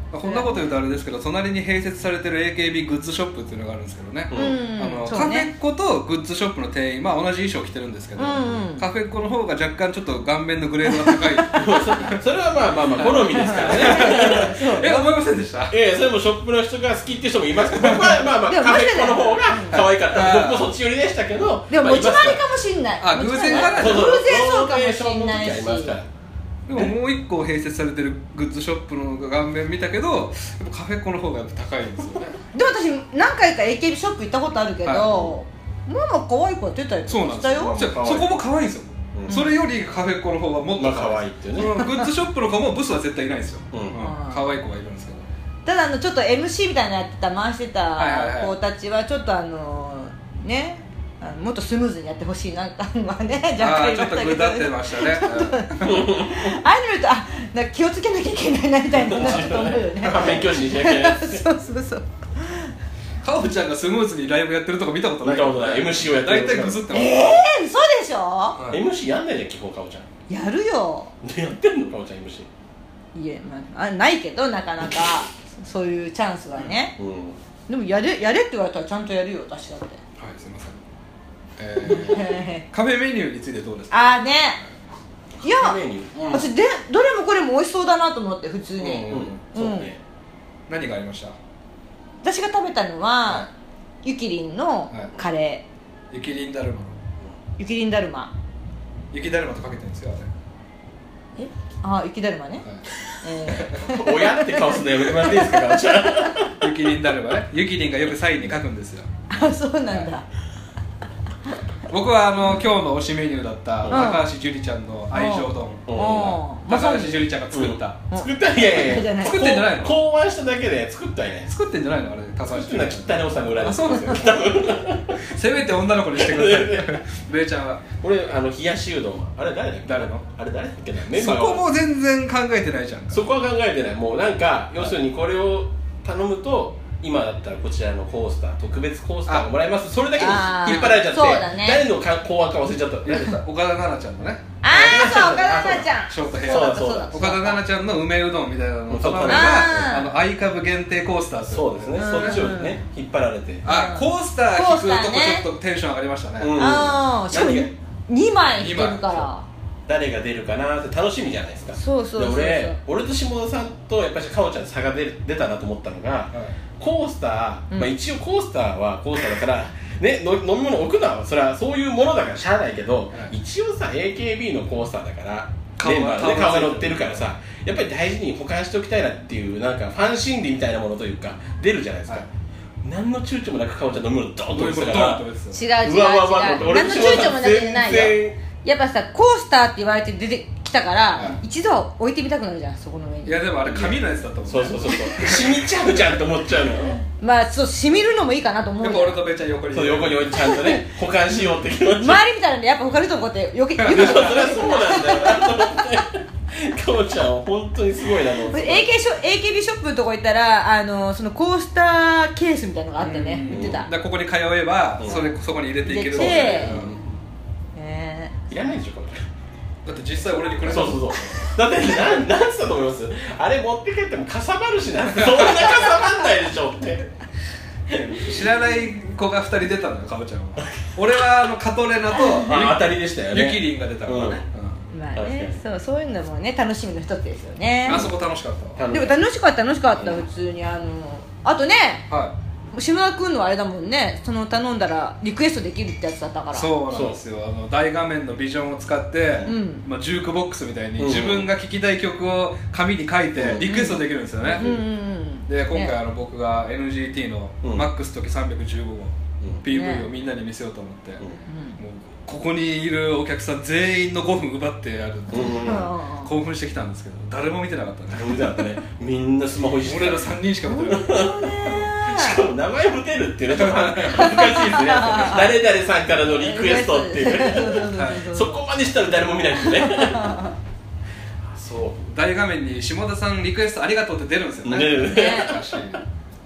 [SPEAKER 2] まあこんなこと言うとあれですけど隣に併設されてる AKB グッズショップっていうのがあるんですけどね、
[SPEAKER 3] うん
[SPEAKER 1] うん
[SPEAKER 2] あの
[SPEAKER 1] うんそ
[SPEAKER 2] カ
[SPEAKER 1] う
[SPEAKER 2] フェ
[SPEAKER 1] ね
[SPEAKER 2] っ子とグッズショップの店員、まあ、同じ衣装着てるんですけど、
[SPEAKER 1] うんうん
[SPEAKER 2] カフェっ子の方が若干ちょっと顔面のグレードが高い
[SPEAKER 3] それはまあまあまあ好みですから ね
[SPEAKER 2] え思いませんでした
[SPEAKER 3] ええそれもショップの人が好きっていう人もいますけど僕はまあまあ
[SPEAKER 1] でも
[SPEAKER 3] カフェっ子の方が可愛かっ
[SPEAKER 2] う
[SPEAKER 3] た
[SPEAKER 2] ん
[SPEAKER 3] 僕もそっち寄りでしたけど
[SPEAKER 1] でも
[SPEAKER 3] まあ
[SPEAKER 1] 持ち回り
[SPEAKER 3] いま
[SPEAKER 1] かもしんない
[SPEAKER 2] あ偶然かな
[SPEAKER 3] すら
[SPEAKER 1] 偶然そうかも
[SPEAKER 3] そう
[SPEAKER 1] しんない
[SPEAKER 3] ロー
[SPEAKER 1] し
[SPEAKER 3] テーションの時ありますから
[SPEAKER 2] でももう一個併設されてるグッズショップの顔面見たけどやっぱカフェっ子の方がやっぱ高いんですよね
[SPEAKER 1] でも私何回か AKB ショップ行ったことあるけど、
[SPEAKER 2] は
[SPEAKER 1] ママ可愛い子やってたり
[SPEAKER 2] そうなん
[SPEAKER 1] し
[SPEAKER 2] です
[SPEAKER 1] た
[SPEAKER 2] よ
[SPEAKER 1] よ
[SPEAKER 2] じゃあそこも可愛いんですよ、
[SPEAKER 3] うん
[SPEAKER 2] それよりカフェっ子の方がもっと
[SPEAKER 3] まあ可愛いっていうね
[SPEAKER 2] うんグッズショップの子もブスは絶対いないんですよ、
[SPEAKER 3] うん
[SPEAKER 2] 可愛い子がいるんですけど
[SPEAKER 1] ただあのちょっと MC みたいなのやってた回して
[SPEAKER 2] はいはいは
[SPEAKER 1] た
[SPEAKER 2] い
[SPEAKER 1] 子たちはちょっとあのねあのもっとスムーズにやってほしいなんかはね
[SPEAKER 2] あ
[SPEAKER 1] 若
[SPEAKER 2] あ
[SPEAKER 1] 干
[SPEAKER 2] ーちょっと
[SPEAKER 1] い
[SPEAKER 2] グダ
[SPEAKER 1] ました
[SPEAKER 2] っ
[SPEAKER 1] ど
[SPEAKER 2] てましたね
[SPEAKER 1] ああいうの見るとあなんか気をつけなきゃいけないなみたいになると思うよ ね
[SPEAKER 3] 反面教師にしなきゃいけない
[SPEAKER 1] そうそうそう
[SPEAKER 2] かおちゃんがスムーズにライブやってるとこ見たことない
[SPEAKER 3] 見たことない MC をやって
[SPEAKER 2] 大
[SPEAKER 3] る
[SPEAKER 2] 体グズってます、
[SPEAKER 1] ええ嘘でしょ
[SPEAKER 2] はい
[SPEAKER 3] MC やんないで基本かおちゃん
[SPEAKER 1] やるよ
[SPEAKER 3] やってんのかおちゃん MC
[SPEAKER 1] いえ、まあ、あないけどなかなかそういうチャンスはね、
[SPEAKER 3] うん
[SPEAKER 1] でもやれやれって言われたらちゃんとやるよ私だって
[SPEAKER 2] はいすいませんえーカフェメニューについてどうですか
[SPEAKER 1] ああねいや
[SPEAKER 3] メニュー
[SPEAKER 1] 私でどれもこれも美味しそうだなと思って普通に、
[SPEAKER 2] うん
[SPEAKER 3] そうね
[SPEAKER 2] 何がありました
[SPEAKER 1] 私が食べたのは、
[SPEAKER 2] は
[SPEAKER 1] ゆきりんのカレ
[SPEAKER 2] 雪林だるまの
[SPEAKER 1] ー、ゆきりんだるま
[SPEAKER 2] 雪だるまとかけてるんですよあ
[SPEAKER 1] えああゆきだるまね、
[SPEAKER 2] れ、はい
[SPEAKER 1] え
[SPEAKER 3] 親って顔すんのやめてもらっていいですかかおちゃん
[SPEAKER 2] ゆきりんだればねゆきりんがよくサインに書くんですよ
[SPEAKER 1] ー、 あそうなんだ、
[SPEAKER 2] 僕はあの今日の推しメニューだった
[SPEAKER 3] うん
[SPEAKER 2] 高橋樹里ちゃんの愛情丼
[SPEAKER 3] う
[SPEAKER 1] お
[SPEAKER 3] ん
[SPEAKER 1] おーま
[SPEAKER 2] 高
[SPEAKER 1] さ
[SPEAKER 2] 橋
[SPEAKER 1] に
[SPEAKER 2] 樹里ちゃんが作った
[SPEAKER 1] うん
[SPEAKER 3] 作ったんやいやいや
[SPEAKER 1] 作
[SPEAKER 2] ってんじゃないの
[SPEAKER 3] 考案しただけで作ったんやね
[SPEAKER 2] 作ってんじゃないのあれ高
[SPEAKER 3] 作
[SPEAKER 2] 橋
[SPEAKER 3] っ
[SPEAKER 2] 樹
[SPEAKER 3] てんの
[SPEAKER 2] 里
[SPEAKER 3] は切
[SPEAKER 2] ち
[SPEAKER 3] っ
[SPEAKER 2] ゃ
[SPEAKER 3] たねおさんの裏
[SPEAKER 2] ん
[SPEAKER 3] で
[SPEAKER 2] あ
[SPEAKER 3] す
[SPEAKER 2] そうなんですよせめて女の子にしてください べーちゃんは
[SPEAKER 3] 俺あの冷やしうどんあれ誰だっけ
[SPEAKER 2] 誰の
[SPEAKER 3] あれ誰だっけな
[SPEAKER 2] そこも全然考えてないじゃん
[SPEAKER 3] そこは考えてないもうなんか要するにこれを頼むと今だったらこちらのコースター特別コースターをもらいますそれだけに引っ張られちゃって
[SPEAKER 1] あーそうだね
[SPEAKER 3] 誰のか考案か忘れちゃった
[SPEAKER 2] やってた岡田奈々ちゃんのね
[SPEAKER 1] ああそう岡田奈々ちゃん
[SPEAKER 2] ショートヘ
[SPEAKER 3] そう
[SPEAKER 2] ア
[SPEAKER 3] だそうだ
[SPEAKER 2] 岡田奈々ちゃんの梅うどんみたいなのを頼む
[SPEAKER 3] そう
[SPEAKER 1] だ
[SPEAKER 2] があのアイカブ限定コースターって
[SPEAKER 3] そうですね
[SPEAKER 1] うん
[SPEAKER 3] そっちをね引っ張られて
[SPEAKER 2] あコースター
[SPEAKER 1] コー
[SPEAKER 2] 引
[SPEAKER 1] ス
[SPEAKER 2] く
[SPEAKER 1] ター
[SPEAKER 2] とこ
[SPEAKER 1] ね
[SPEAKER 2] ちょっとテンション上がりましたね、
[SPEAKER 3] うん
[SPEAKER 1] ああしかも
[SPEAKER 3] 何が
[SPEAKER 1] 2枚引けるから
[SPEAKER 3] 誰が出るかなって楽しみじゃないですか
[SPEAKER 1] そうそうそうそう
[SPEAKER 3] で俺俺と下田さんとやっぱりかおちゃんの差が出る出たなと思ったのが
[SPEAKER 2] はい
[SPEAKER 3] コースター、
[SPEAKER 1] うん
[SPEAKER 3] まあ、一応コースターはコースターだからね、の飲み物置くのはそれはそういうものだからしゃあないけど、
[SPEAKER 2] はい
[SPEAKER 3] 一応さ AKB のコースターだから
[SPEAKER 2] 顔が
[SPEAKER 3] メンバーで
[SPEAKER 2] 顔
[SPEAKER 3] 顔
[SPEAKER 2] が
[SPEAKER 3] が乗ってるからさやっぱり大事に保管しておきたいなっていうなんかファン心理みたいなものというか出るじゃないですか、
[SPEAKER 2] はい
[SPEAKER 3] 何の躊躇もなくかおちゃん飲み物ドーンと置いてたか
[SPEAKER 2] ド
[SPEAKER 3] ら
[SPEAKER 2] ンとですよ
[SPEAKER 1] 違う違う違う
[SPEAKER 3] うわうわうわ俺
[SPEAKER 1] 何の躊躇もなくじゃないよ
[SPEAKER 3] 全然
[SPEAKER 1] やっぱさコースターって言われて出てきたから、
[SPEAKER 2] は
[SPEAKER 1] 一度は置いてみたくなるじゃんそこの上
[SPEAKER 2] い
[SPEAKER 1] に
[SPEAKER 2] やでもあれ紙のやつだったもんね
[SPEAKER 3] そうそうそうそう染みちゃうじゃんと思っちゃうのよ
[SPEAKER 1] まあそう染みるのもいいかなと思う
[SPEAKER 2] やっ
[SPEAKER 1] よ
[SPEAKER 2] ぱ俺とべーちゃん横に
[SPEAKER 3] そう横に置いてちゃんと ね保管しようって気持ち
[SPEAKER 1] 周りみたいなんでやっぱ他の人のこうやってよけよけ
[SPEAKER 3] でもそれはそうなんだよなと思ってかおちゃんは本当にすごいなと思っ
[SPEAKER 1] AK
[SPEAKER 3] て
[SPEAKER 1] ショ AKB ショップのとこ行ったらあのそのコースターケースみたいなのがあってね
[SPEAKER 2] うん
[SPEAKER 1] 売ってた
[SPEAKER 2] だからここに通えば
[SPEAKER 3] うん
[SPEAKER 2] それそこに入れていける
[SPEAKER 1] 入れて
[SPEAKER 2] うん
[SPEAKER 1] え
[SPEAKER 3] いらないでしょこ
[SPEAKER 2] だって実際俺にく
[SPEAKER 3] れ
[SPEAKER 2] れ
[SPEAKER 3] そうそうそうだってなんなんつったと思いますあれ持って帰ってもかさばるしなそんなかさばんないでしょって
[SPEAKER 2] 知らない子が2人出たのよかおちゃんは俺はあのカトレナと
[SPEAKER 3] あ当たりでしたよね
[SPEAKER 2] ゆきりんが出たからね、
[SPEAKER 1] ーまあ
[SPEAKER 3] 確か
[SPEAKER 1] ね
[SPEAKER 3] に
[SPEAKER 1] そうそういうのもね楽しみの一つですよ
[SPEAKER 2] う
[SPEAKER 1] ね
[SPEAKER 2] んあそこ楽しかったわ
[SPEAKER 3] 楽
[SPEAKER 1] でも楽しかった楽しかった普通にあのあとね
[SPEAKER 2] は
[SPEAKER 1] 志村君のあれだもんねその頼んだらリクエストできるってやつだったから
[SPEAKER 2] そうなんですよあの大画面のビジョンを使って、
[SPEAKER 1] うん
[SPEAKER 2] まあ、ジュークボックスみたいに
[SPEAKER 3] うん
[SPEAKER 2] 自分が聴きたい曲を紙に書いてリクエストできるんですよね、
[SPEAKER 1] うんうん
[SPEAKER 2] で今回
[SPEAKER 1] ね
[SPEAKER 2] あの僕が NGT の
[SPEAKER 3] うん
[SPEAKER 2] MAX 時315号
[SPEAKER 3] うん
[SPEAKER 2] PV
[SPEAKER 1] ね
[SPEAKER 2] をみんなに見せようと思って、もう
[SPEAKER 1] う
[SPEAKER 2] ここにいるお客さん全員の5分奪ってやるって、
[SPEAKER 3] うんうんうん
[SPEAKER 1] ん
[SPEAKER 2] 興奮してきたんですけど誰も見てなかったね
[SPEAKER 3] 俺だったねみんなスマホいじって
[SPEAKER 2] 俺
[SPEAKER 3] た
[SPEAKER 2] ら3人しか見てない
[SPEAKER 3] しかも名前も出るっていうねちょっと恥ずかしいですね誰々さんからのリクエストっていう
[SPEAKER 1] いう
[SPEAKER 3] そこまでしたら誰も見ないですねそ
[SPEAKER 2] 大画面に下田さんリクエストありがとうって出るんですよね
[SPEAKER 3] 出る
[SPEAKER 1] ね
[SPEAKER 2] おかしい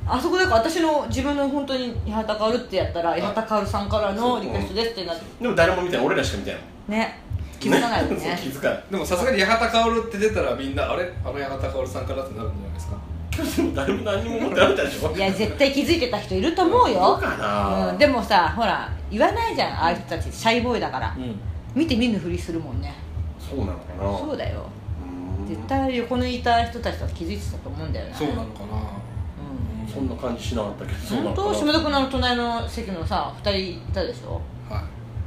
[SPEAKER 1] あそこだから私の自分の本当に八幡薫ってやったら八幡薫さんからのリクエストですってなって
[SPEAKER 3] うでも誰も見てない俺らしか見てない
[SPEAKER 1] ね気づかないよ
[SPEAKER 3] そう
[SPEAKER 1] ね
[SPEAKER 3] 気づかない
[SPEAKER 2] でもさすがに八幡薫って出たらみんなあれあの八幡薫さんからってなるんじゃないですか
[SPEAKER 3] 今日でも誰も何も持ってなかったでしょ
[SPEAKER 1] いや絶対気づいてた人いると思う
[SPEAKER 3] そ
[SPEAKER 1] よ
[SPEAKER 3] うかな
[SPEAKER 1] うんでもさほら言わないじゃんああいう人たちシャイボーイだから
[SPEAKER 2] うん
[SPEAKER 1] 見て見ぬふりするもんね
[SPEAKER 3] そうなのかな
[SPEAKER 1] そうだよ
[SPEAKER 3] うーん
[SPEAKER 1] 絶対横にいた人たちは気づいてたと思うんだよね
[SPEAKER 2] そうなのかな
[SPEAKER 1] う
[SPEAKER 3] そんな感じしなかったけどそうんな
[SPEAKER 1] 本
[SPEAKER 3] のかな
[SPEAKER 1] 当島田君のあの隣の席のさ2人いたでしょ
[SPEAKER 2] は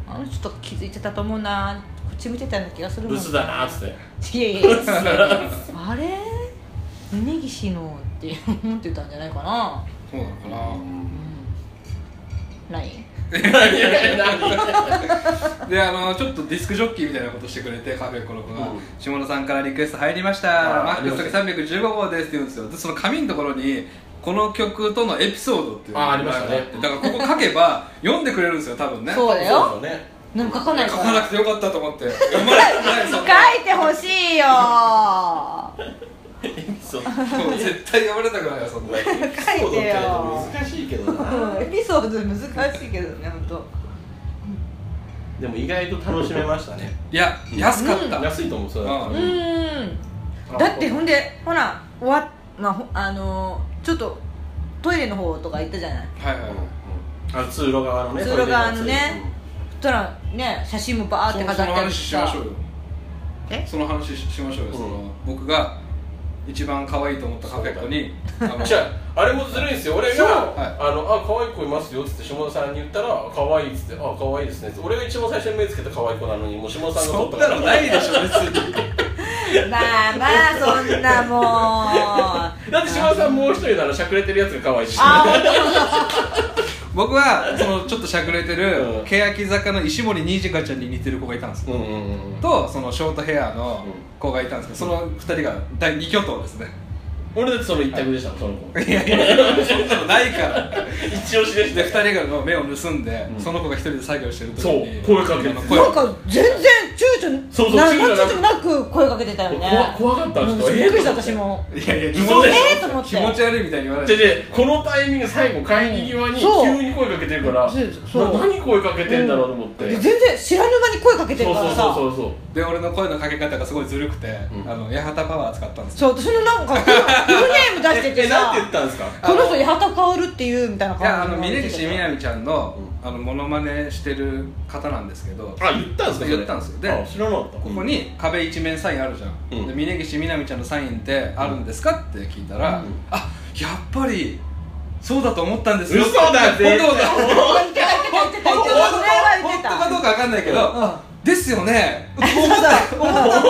[SPEAKER 1] あの人気づいてたと思うなこっち見てたような気がするもん
[SPEAKER 3] ブスだなーっつって
[SPEAKER 1] いやいやいやあれ峯岸のって思ってたんじゃないかない
[SPEAKER 2] そうなのかな
[SPEAKER 1] ない
[SPEAKER 3] いやいや
[SPEAKER 2] であのちょっとディスクジョッキーみたいなことしてくれてカフェコロコが、
[SPEAKER 3] うん
[SPEAKER 2] 下田さんからリクエスト入りました
[SPEAKER 3] あ
[SPEAKER 2] マ
[SPEAKER 3] ー
[SPEAKER 2] ックス時315号ですって言うんですよでその紙のところにこの曲とのエピソードっていうのが
[SPEAKER 3] あーありましたね
[SPEAKER 2] ってだからここ書けば読んでくれるんですよ多分ね
[SPEAKER 1] そうだ
[SPEAKER 3] そ
[SPEAKER 1] よ
[SPEAKER 3] うだね
[SPEAKER 1] 何も書かない
[SPEAKER 2] 書
[SPEAKER 1] か
[SPEAKER 2] からなくてよかったと思って読まれてないそんな
[SPEAKER 1] 書いてほしい よ
[SPEAKER 3] そう
[SPEAKER 2] そう絶対読まれたくないよそんな
[SPEAKER 1] 書いてよ
[SPEAKER 3] 難しいけどな
[SPEAKER 1] うんエピソード難しいけどね本当。
[SPEAKER 3] でも意外と楽しめましたね
[SPEAKER 2] いや安かった、
[SPEAKER 3] 安いと思うそれだった
[SPEAKER 1] う
[SPEAKER 3] ら
[SPEAKER 1] ーんだってほんでほら終わっ、まあほ、あのーちょっとトイレの方とか行ったじゃない
[SPEAKER 2] はいはい、
[SPEAKER 3] あの通路側のね
[SPEAKER 1] 通路側のねそしたらね写真もバーって
[SPEAKER 2] そ
[SPEAKER 1] 飾
[SPEAKER 2] そ
[SPEAKER 1] っ
[SPEAKER 2] の
[SPEAKER 1] てある
[SPEAKER 2] 話
[SPEAKER 1] し
[SPEAKER 2] し
[SPEAKER 1] さ
[SPEAKER 2] ましょうよ
[SPEAKER 1] え
[SPEAKER 2] その話しましょうよ、
[SPEAKER 3] う
[SPEAKER 2] そ
[SPEAKER 3] ん
[SPEAKER 2] の僕が一番可愛いと思ったカフェっ子にあの
[SPEAKER 3] じゃああれもずるいんですよ俺が
[SPEAKER 2] そう
[SPEAKER 3] 「あのあ可愛い子いますよ」っつって下田さんに言ったら「可愛いっつって「あ可愛いですねっつって」俺が一番最初に目つけた可愛い子なのにもう下田さん
[SPEAKER 2] そ
[SPEAKER 3] が撮
[SPEAKER 2] ん
[SPEAKER 3] った
[SPEAKER 2] なのないでしょ別に
[SPEAKER 1] まあまあそんなも う
[SPEAKER 3] だって下田さんもう一人ならしゃくれてるやつが可愛いし
[SPEAKER 1] あ本当
[SPEAKER 2] 僕はそのちょっとしゃくれて
[SPEAKER 3] う
[SPEAKER 2] る
[SPEAKER 3] ん
[SPEAKER 2] 欅坂の石森にじかちゃんに似てる子がいたんですよ
[SPEAKER 3] うんうんうん
[SPEAKER 2] とそのショートヘアの子がいたんですけどその二人が第二巨頭ですね
[SPEAKER 3] 俺だってその一択でしたもんその 子
[SPEAKER 2] いやいやそんなのないから
[SPEAKER 3] 一押しでし
[SPEAKER 2] で
[SPEAKER 3] た
[SPEAKER 2] 二
[SPEAKER 3] よ
[SPEAKER 2] 人がの目を盗んで、
[SPEAKER 3] うん
[SPEAKER 2] その子が一人で作業してる時に
[SPEAKER 3] そう声かけて
[SPEAKER 2] 声
[SPEAKER 1] なんか全然躊
[SPEAKER 3] そう
[SPEAKER 1] 躇
[SPEAKER 3] そう
[SPEAKER 1] な
[SPEAKER 3] 躊躇
[SPEAKER 1] 躊躇な
[SPEAKER 3] なく
[SPEAKER 1] く声かけてたよね
[SPEAKER 3] 怖怖かった
[SPEAKER 1] うんん
[SPEAKER 3] です
[SPEAKER 1] び
[SPEAKER 3] よ
[SPEAKER 1] っくりした私も
[SPEAKER 2] いやいや気持ち
[SPEAKER 3] 嘘でし
[SPEAKER 1] えーと思って
[SPEAKER 2] 気持ち悪いみたいに言われ
[SPEAKER 3] で
[SPEAKER 2] て
[SPEAKER 3] でこのタイミング最後帰り際に
[SPEAKER 1] そう
[SPEAKER 3] 急に声かけてるから
[SPEAKER 1] そうそう
[SPEAKER 3] な何声かけてんだろうと思って、
[SPEAKER 1] で全然知らぬ間に声かけて
[SPEAKER 3] そ
[SPEAKER 1] る
[SPEAKER 3] う
[SPEAKER 1] か
[SPEAKER 3] そう
[SPEAKER 1] ら
[SPEAKER 3] そう
[SPEAKER 1] さ
[SPEAKER 3] そうそう
[SPEAKER 2] で俺の声のかけ方がすごいずるくて、
[SPEAKER 3] うん
[SPEAKER 2] あの八幡パワー使ったんですよ
[SPEAKER 1] そう私のなんかフルネーム出して
[SPEAKER 3] え
[SPEAKER 1] て
[SPEAKER 3] な
[SPEAKER 1] さ
[SPEAKER 3] んて言ったんですか
[SPEAKER 1] この人八幡薫っていうみたいない
[SPEAKER 2] やあ
[SPEAKER 1] 感じ
[SPEAKER 2] の峯岸みなみちゃんの,、
[SPEAKER 3] う
[SPEAKER 2] あのモノマネしてる方なんですけど
[SPEAKER 3] あ言ったんですかそれ
[SPEAKER 2] 言ったんですよで
[SPEAKER 3] あ知らなかった
[SPEAKER 2] ここに壁一面サインあるじゃん、
[SPEAKER 3] うん
[SPEAKER 2] で峯岸みなみちゃんのサインってあるんですかって聞いたら、
[SPEAKER 3] うん
[SPEAKER 2] あやっぱりそうだと思ったんですよ
[SPEAKER 3] 嘘だ
[SPEAKER 2] って
[SPEAKER 3] ぜ
[SPEAKER 2] 本当 だ本
[SPEAKER 1] 言ってた言ってた言ってた言ってたそれは言って
[SPEAKER 2] 当か
[SPEAKER 1] た
[SPEAKER 2] どうかわかんないけど、
[SPEAKER 1] うん
[SPEAKER 2] です よね思った思
[SPEAKER 1] あ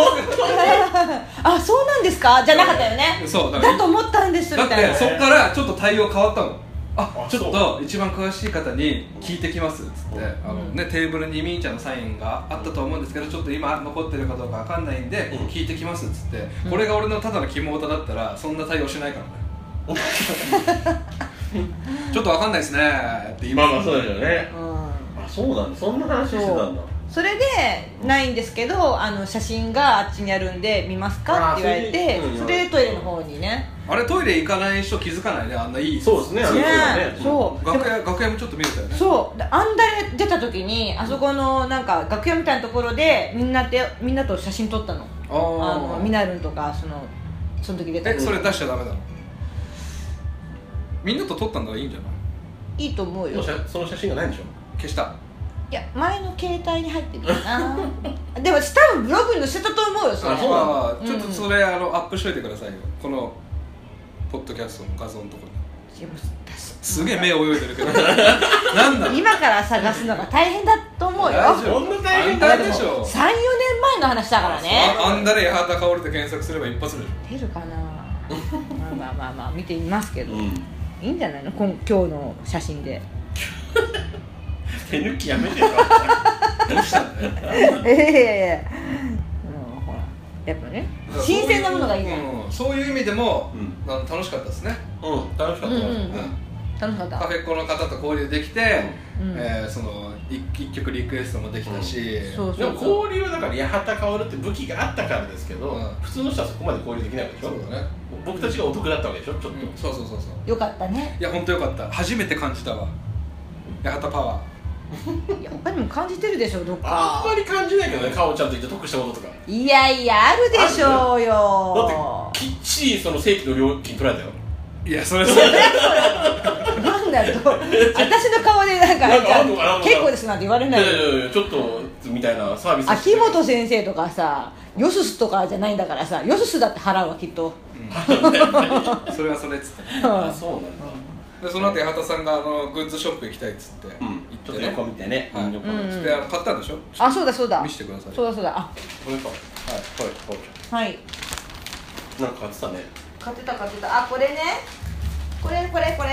[SPEAKER 1] そうなんですかじゃなかったよね
[SPEAKER 2] そうだから
[SPEAKER 1] だと思ったんですみ
[SPEAKER 2] った
[SPEAKER 1] い
[SPEAKER 2] だって
[SPEAKER 1] な
[SPEAKER 2] そっからちょっと対応変わったのあ
[SPEAKER 3] あ
[SPEAKER 2] ちょっと一番詳しい方に聞いてきますっつって、
[SPEAKER 3] うん
[SPEAKER 2] あのね、テーブルにみーちゃんのサインがあったと思うんですけどちょっと今残ってるかどうかわかんないんで、
[SPEAKER 3] うん
[SPEAKER 2] 聞いてきますっつって、
[SPEAKER 1] うん
[SPEAKER 2] これが俺のただの肝オタだったらそんな対応しないか らねちょっとわかんないですねって言い
[SPEAKER 3] ま
[SPEAKER 2] ま
[SPEAKER 3] あ
[SPEAKER 2] す
[SPEAKER 3] まあそうですよね
[SPEAKER 1] うん
[SPEAKER 3] あそうなんだそんな話してたんだ
[SPEAKER 1] それでないんですけどあの写真があっちにあるんで見ますかって言われ
[SPEAKER 3] あ
[SPEAKER 1] て
[SPEAKER 3] それでうん
[SPEAKER 1] それでトイレの方にね
[SPEAKER 2] あれトイレ行かない人気づかないねあんないい
[SPEAKER 3] そうですねあの
[SPEAKER 1] ね
[SPEAKER 3] ね
[SPEAKER 1] そうでも
[SPEAKER 2] 楽屋楽屋もちょっと見れたよね
[SPEAKER 1] そうであんだれ出た時にあそこのなんか楽屋みたいなところでみんなでみんなと写真撮ったのあ
[SPEAKER 2] あ
[SPEAKER 1] の
[SPEAKER 2] ー
[SPEAKER 1] ミナルンとかそのその時出た
[SPEAKER 2] えそれ出しちゃダメだろみんなと撮ったんだからいいんじゃない
[SPEAKER 1] いいと思う
[SPEAKER 3] も
[SPEAKER 1] よ
[SPEAKER 3] う写その写真がないんでしょ
[SPEAKER 2] 消した
[SPEAKER 1] いや前の携帯に入ってるかな でも多分ブログに載せたと思うよそれ
[SPEAKER 3] あそうなの
[SPEAKER 2] あーちょっとそれ、あのアップしといてくださいよこのポッドキャストの画像のところに
[SPEAKER 1] やもう
[SPEAKER 2] すげえ目泳いでるけどなんだ
[SPEAKER 1] 今から探すのが大変だと思うよ
[SPEAKER 2] 大丈夫
[SPEAKER 3] こんな大変
[SPEAKER 2] あ
[SPEAKER 3] なんん
[SPEAKER 2] で
[SPEAKER 3] で
[SPEAKER 2] し
[SPEAKER 3] し
[SPEAKER 2] ょ
[SPEAKER 3] ょ
[SPEAKER 1] 34年前の話だからね
[SPEAKER 2] ああんだれ八幡薫って検索すれば一発でし
[SPEAKER 1] 出
[SPEAKER 2] ょ
[SPEAKER 1] るか なまあまあまあまあ見てみますけど、
[SPEAKER 3] う
[SPEAKER 1] い
[SPEAKER 3] ん
[SPEAKER 1] いんじゃないの今今日の写真で
[SPEAKER 3] 手抜きやめてよあ
[SPEAKER 2] どうしたんだよ
[SPEAKER 1] いやいやいやうんほらやっぱね新鮮なものがいいな
[SPEAKER 2] うんそういう意味でも、
[SPEAKER 3] う
[SPEAKER 2] なん楽しかったですね、
[SPEAKER 3] うん楽しか
[SPEAKER 1] う
[SPEAKER 3] った
[SPEAKER 1] んうん
[SPEAKER 2] うん
[SPEAKER 1] 楽しかった
[SPEAKER 2] カフェっ子の方と交流できて、
[SPEAKER 1] うん
[SPEAKER 2] えーその一一曲リクエストもできたし、
[SPEAKER 1] そう
[SPEAKER 3] で
[SPEAKER 1] そう
[SPEAKER 3] も
[SPEAKER 1] そう
[SPEAKER 3] 交流はだから八幡薫って武器があったからですけど、
[SPEAKER 2] うん
[SPEAKER 3] 普通の人はそこまで交流できないわけでしょ
[SPEAKER 2] そうだね、
[SPEAKER 3] 僕たちがお得だったわけでしょちょっと、
[SPEAKER 2] うんそうそうそうそう
[SPEAKER 1] よかったね
[SPEAKER 2] いや本当よかった初めて感じたわ八幡パワ
[SPEAKER 1] いや他にも感じてるでしょどっ
[SPEAKER 3] あ
[SPEAKER 1] か
[SPEAKER 3] んまり感じないけどねかおちゃんと言って得したこととかだ
[SPEAKER 1] いやいやあるでしょうよ
[SPEAKER 3] ってきっちりその正規の料金取られたよ
[SPEAKER 2] ーいやそれそれ
[SPEAKER 1] なんだと私の顔でなんか
[SPEAKER 3] なんかあんのかな
[SPEAKER 1] 結構ですなんて言われ
[SPEAKER 3] い
[SPEAKER 1] ない
[SPEAKER 3] や
[SPEAKER 1] よ
[SPEAKER 3] いやいやちょっとみたいなサービス
[SPEAKER 1] 秋元先生とかさヨススとかじゃないんだからさヨススだって払うわきっと
[SPEAKER 2] それはそれっつって
[SPEAKER 3] あそうなんだ
[SPEAKER 2] でその後八幡さんがあのグッズショップ行きたいっつって行
[SPEAKER 3] うん
[SPEAKER 2] っ
[SPEAKER 3] ち
[SPEAKER 2] て
[SPEAKER 3] ょっと
[SPEAKER 2] ね、
[SPEAKER 3] 横見てね、
[SPEAKER 2] はい
[SPEAKER 3] 横見
[SPEAKER 1] う
[SPEAKER 3] て
[SPEAKER 1] ん
[SPEAKER 2] であの買ったんでしょ
[SPEAKER 1] あそうだそうだ
[SPEAKER 2] 見せてください
[SPEAKER 1] そうだそうだあ
[SPEAKER 3] これかはいはいかおち
[SPEAKER 1] はい
[SPEAKER 3] ゃんなんか買ってたね
[SPEAKER 1] 買ってた買ってたあこれねこれこれこれ